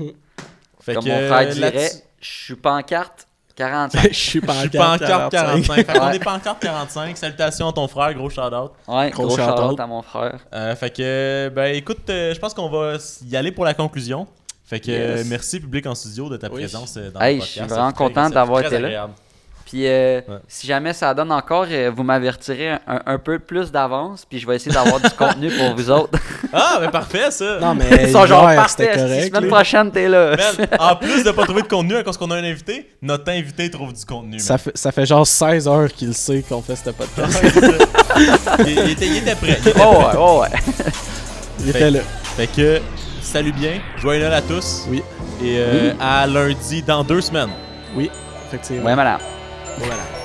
S4: Comme
S1: que,
S4: mon frère
S1: euh, là-dessus-
S4: dirait, je suis pas en carte, 45.
S2: Ben, Je suis pas
S1: Je
S2: en
S1: suis pas en carte
S2: 45.
S1: 45. Fait qu'on
S4: Ouais.
S1: est pas en carte 45. Salutations à ton frère, gros shout-out.
S4: Ouais,
S2: Gros
S4: gros, shout
S2: shout-out.
S4: à mon frère.
S1: Euh, fait que, euh, ben écoute, euh, je pense qu'on va s- y aller pour la conclusion. Fait que,
S2: Yes.
S1: euh, merci public en studio de ta
S2: Oui.
S1: présence euh, dans
S4: Hey,
S1: le
S4: je
S1: podcast.
S4: suis vraiment
S1: C'est très-
S4: content
S1: c'est
S4: d'avoir
S1: très
S4: été là.
S1: agréable.
S4: Puis euh,
S1: Ouais.
S4: si jamais ça donne encore, euh, vous m'avertirez un, un peu plus d'avance, puis je vais essayer d'avoir du contenu pour vous autres.
S1: Ah, ben parfait ça!
S2: Non, mais
S4: Ils sont genre
S2: hier,
S4: parfait,
S2: c'était
S4: la
S2: correct.
S4: semaine
S2: là.
S4: prochaine, t'es là.
S1: Man, en plus de pas trouver de contenu à cause qu'on a un invité, notre invité trouve du contenu.
S2: Ça fait, ça fait genre 16 heures qu'il sait qu'on fait ce
S1: man.
S2: podcast.
S1: il, il était, il était prêt. il était
S4: Oh
S1: prêt.
S4: ouais, oh ouais.
S2: Il était là.
S1: Fait que, salut bien, joyeux Noël à tous.
S2: Oui.
S1: Et euh, à lundi dans deux semaines.
S2: Oui, effectivement.
S4: Ouais, madame.
S2: Voilà.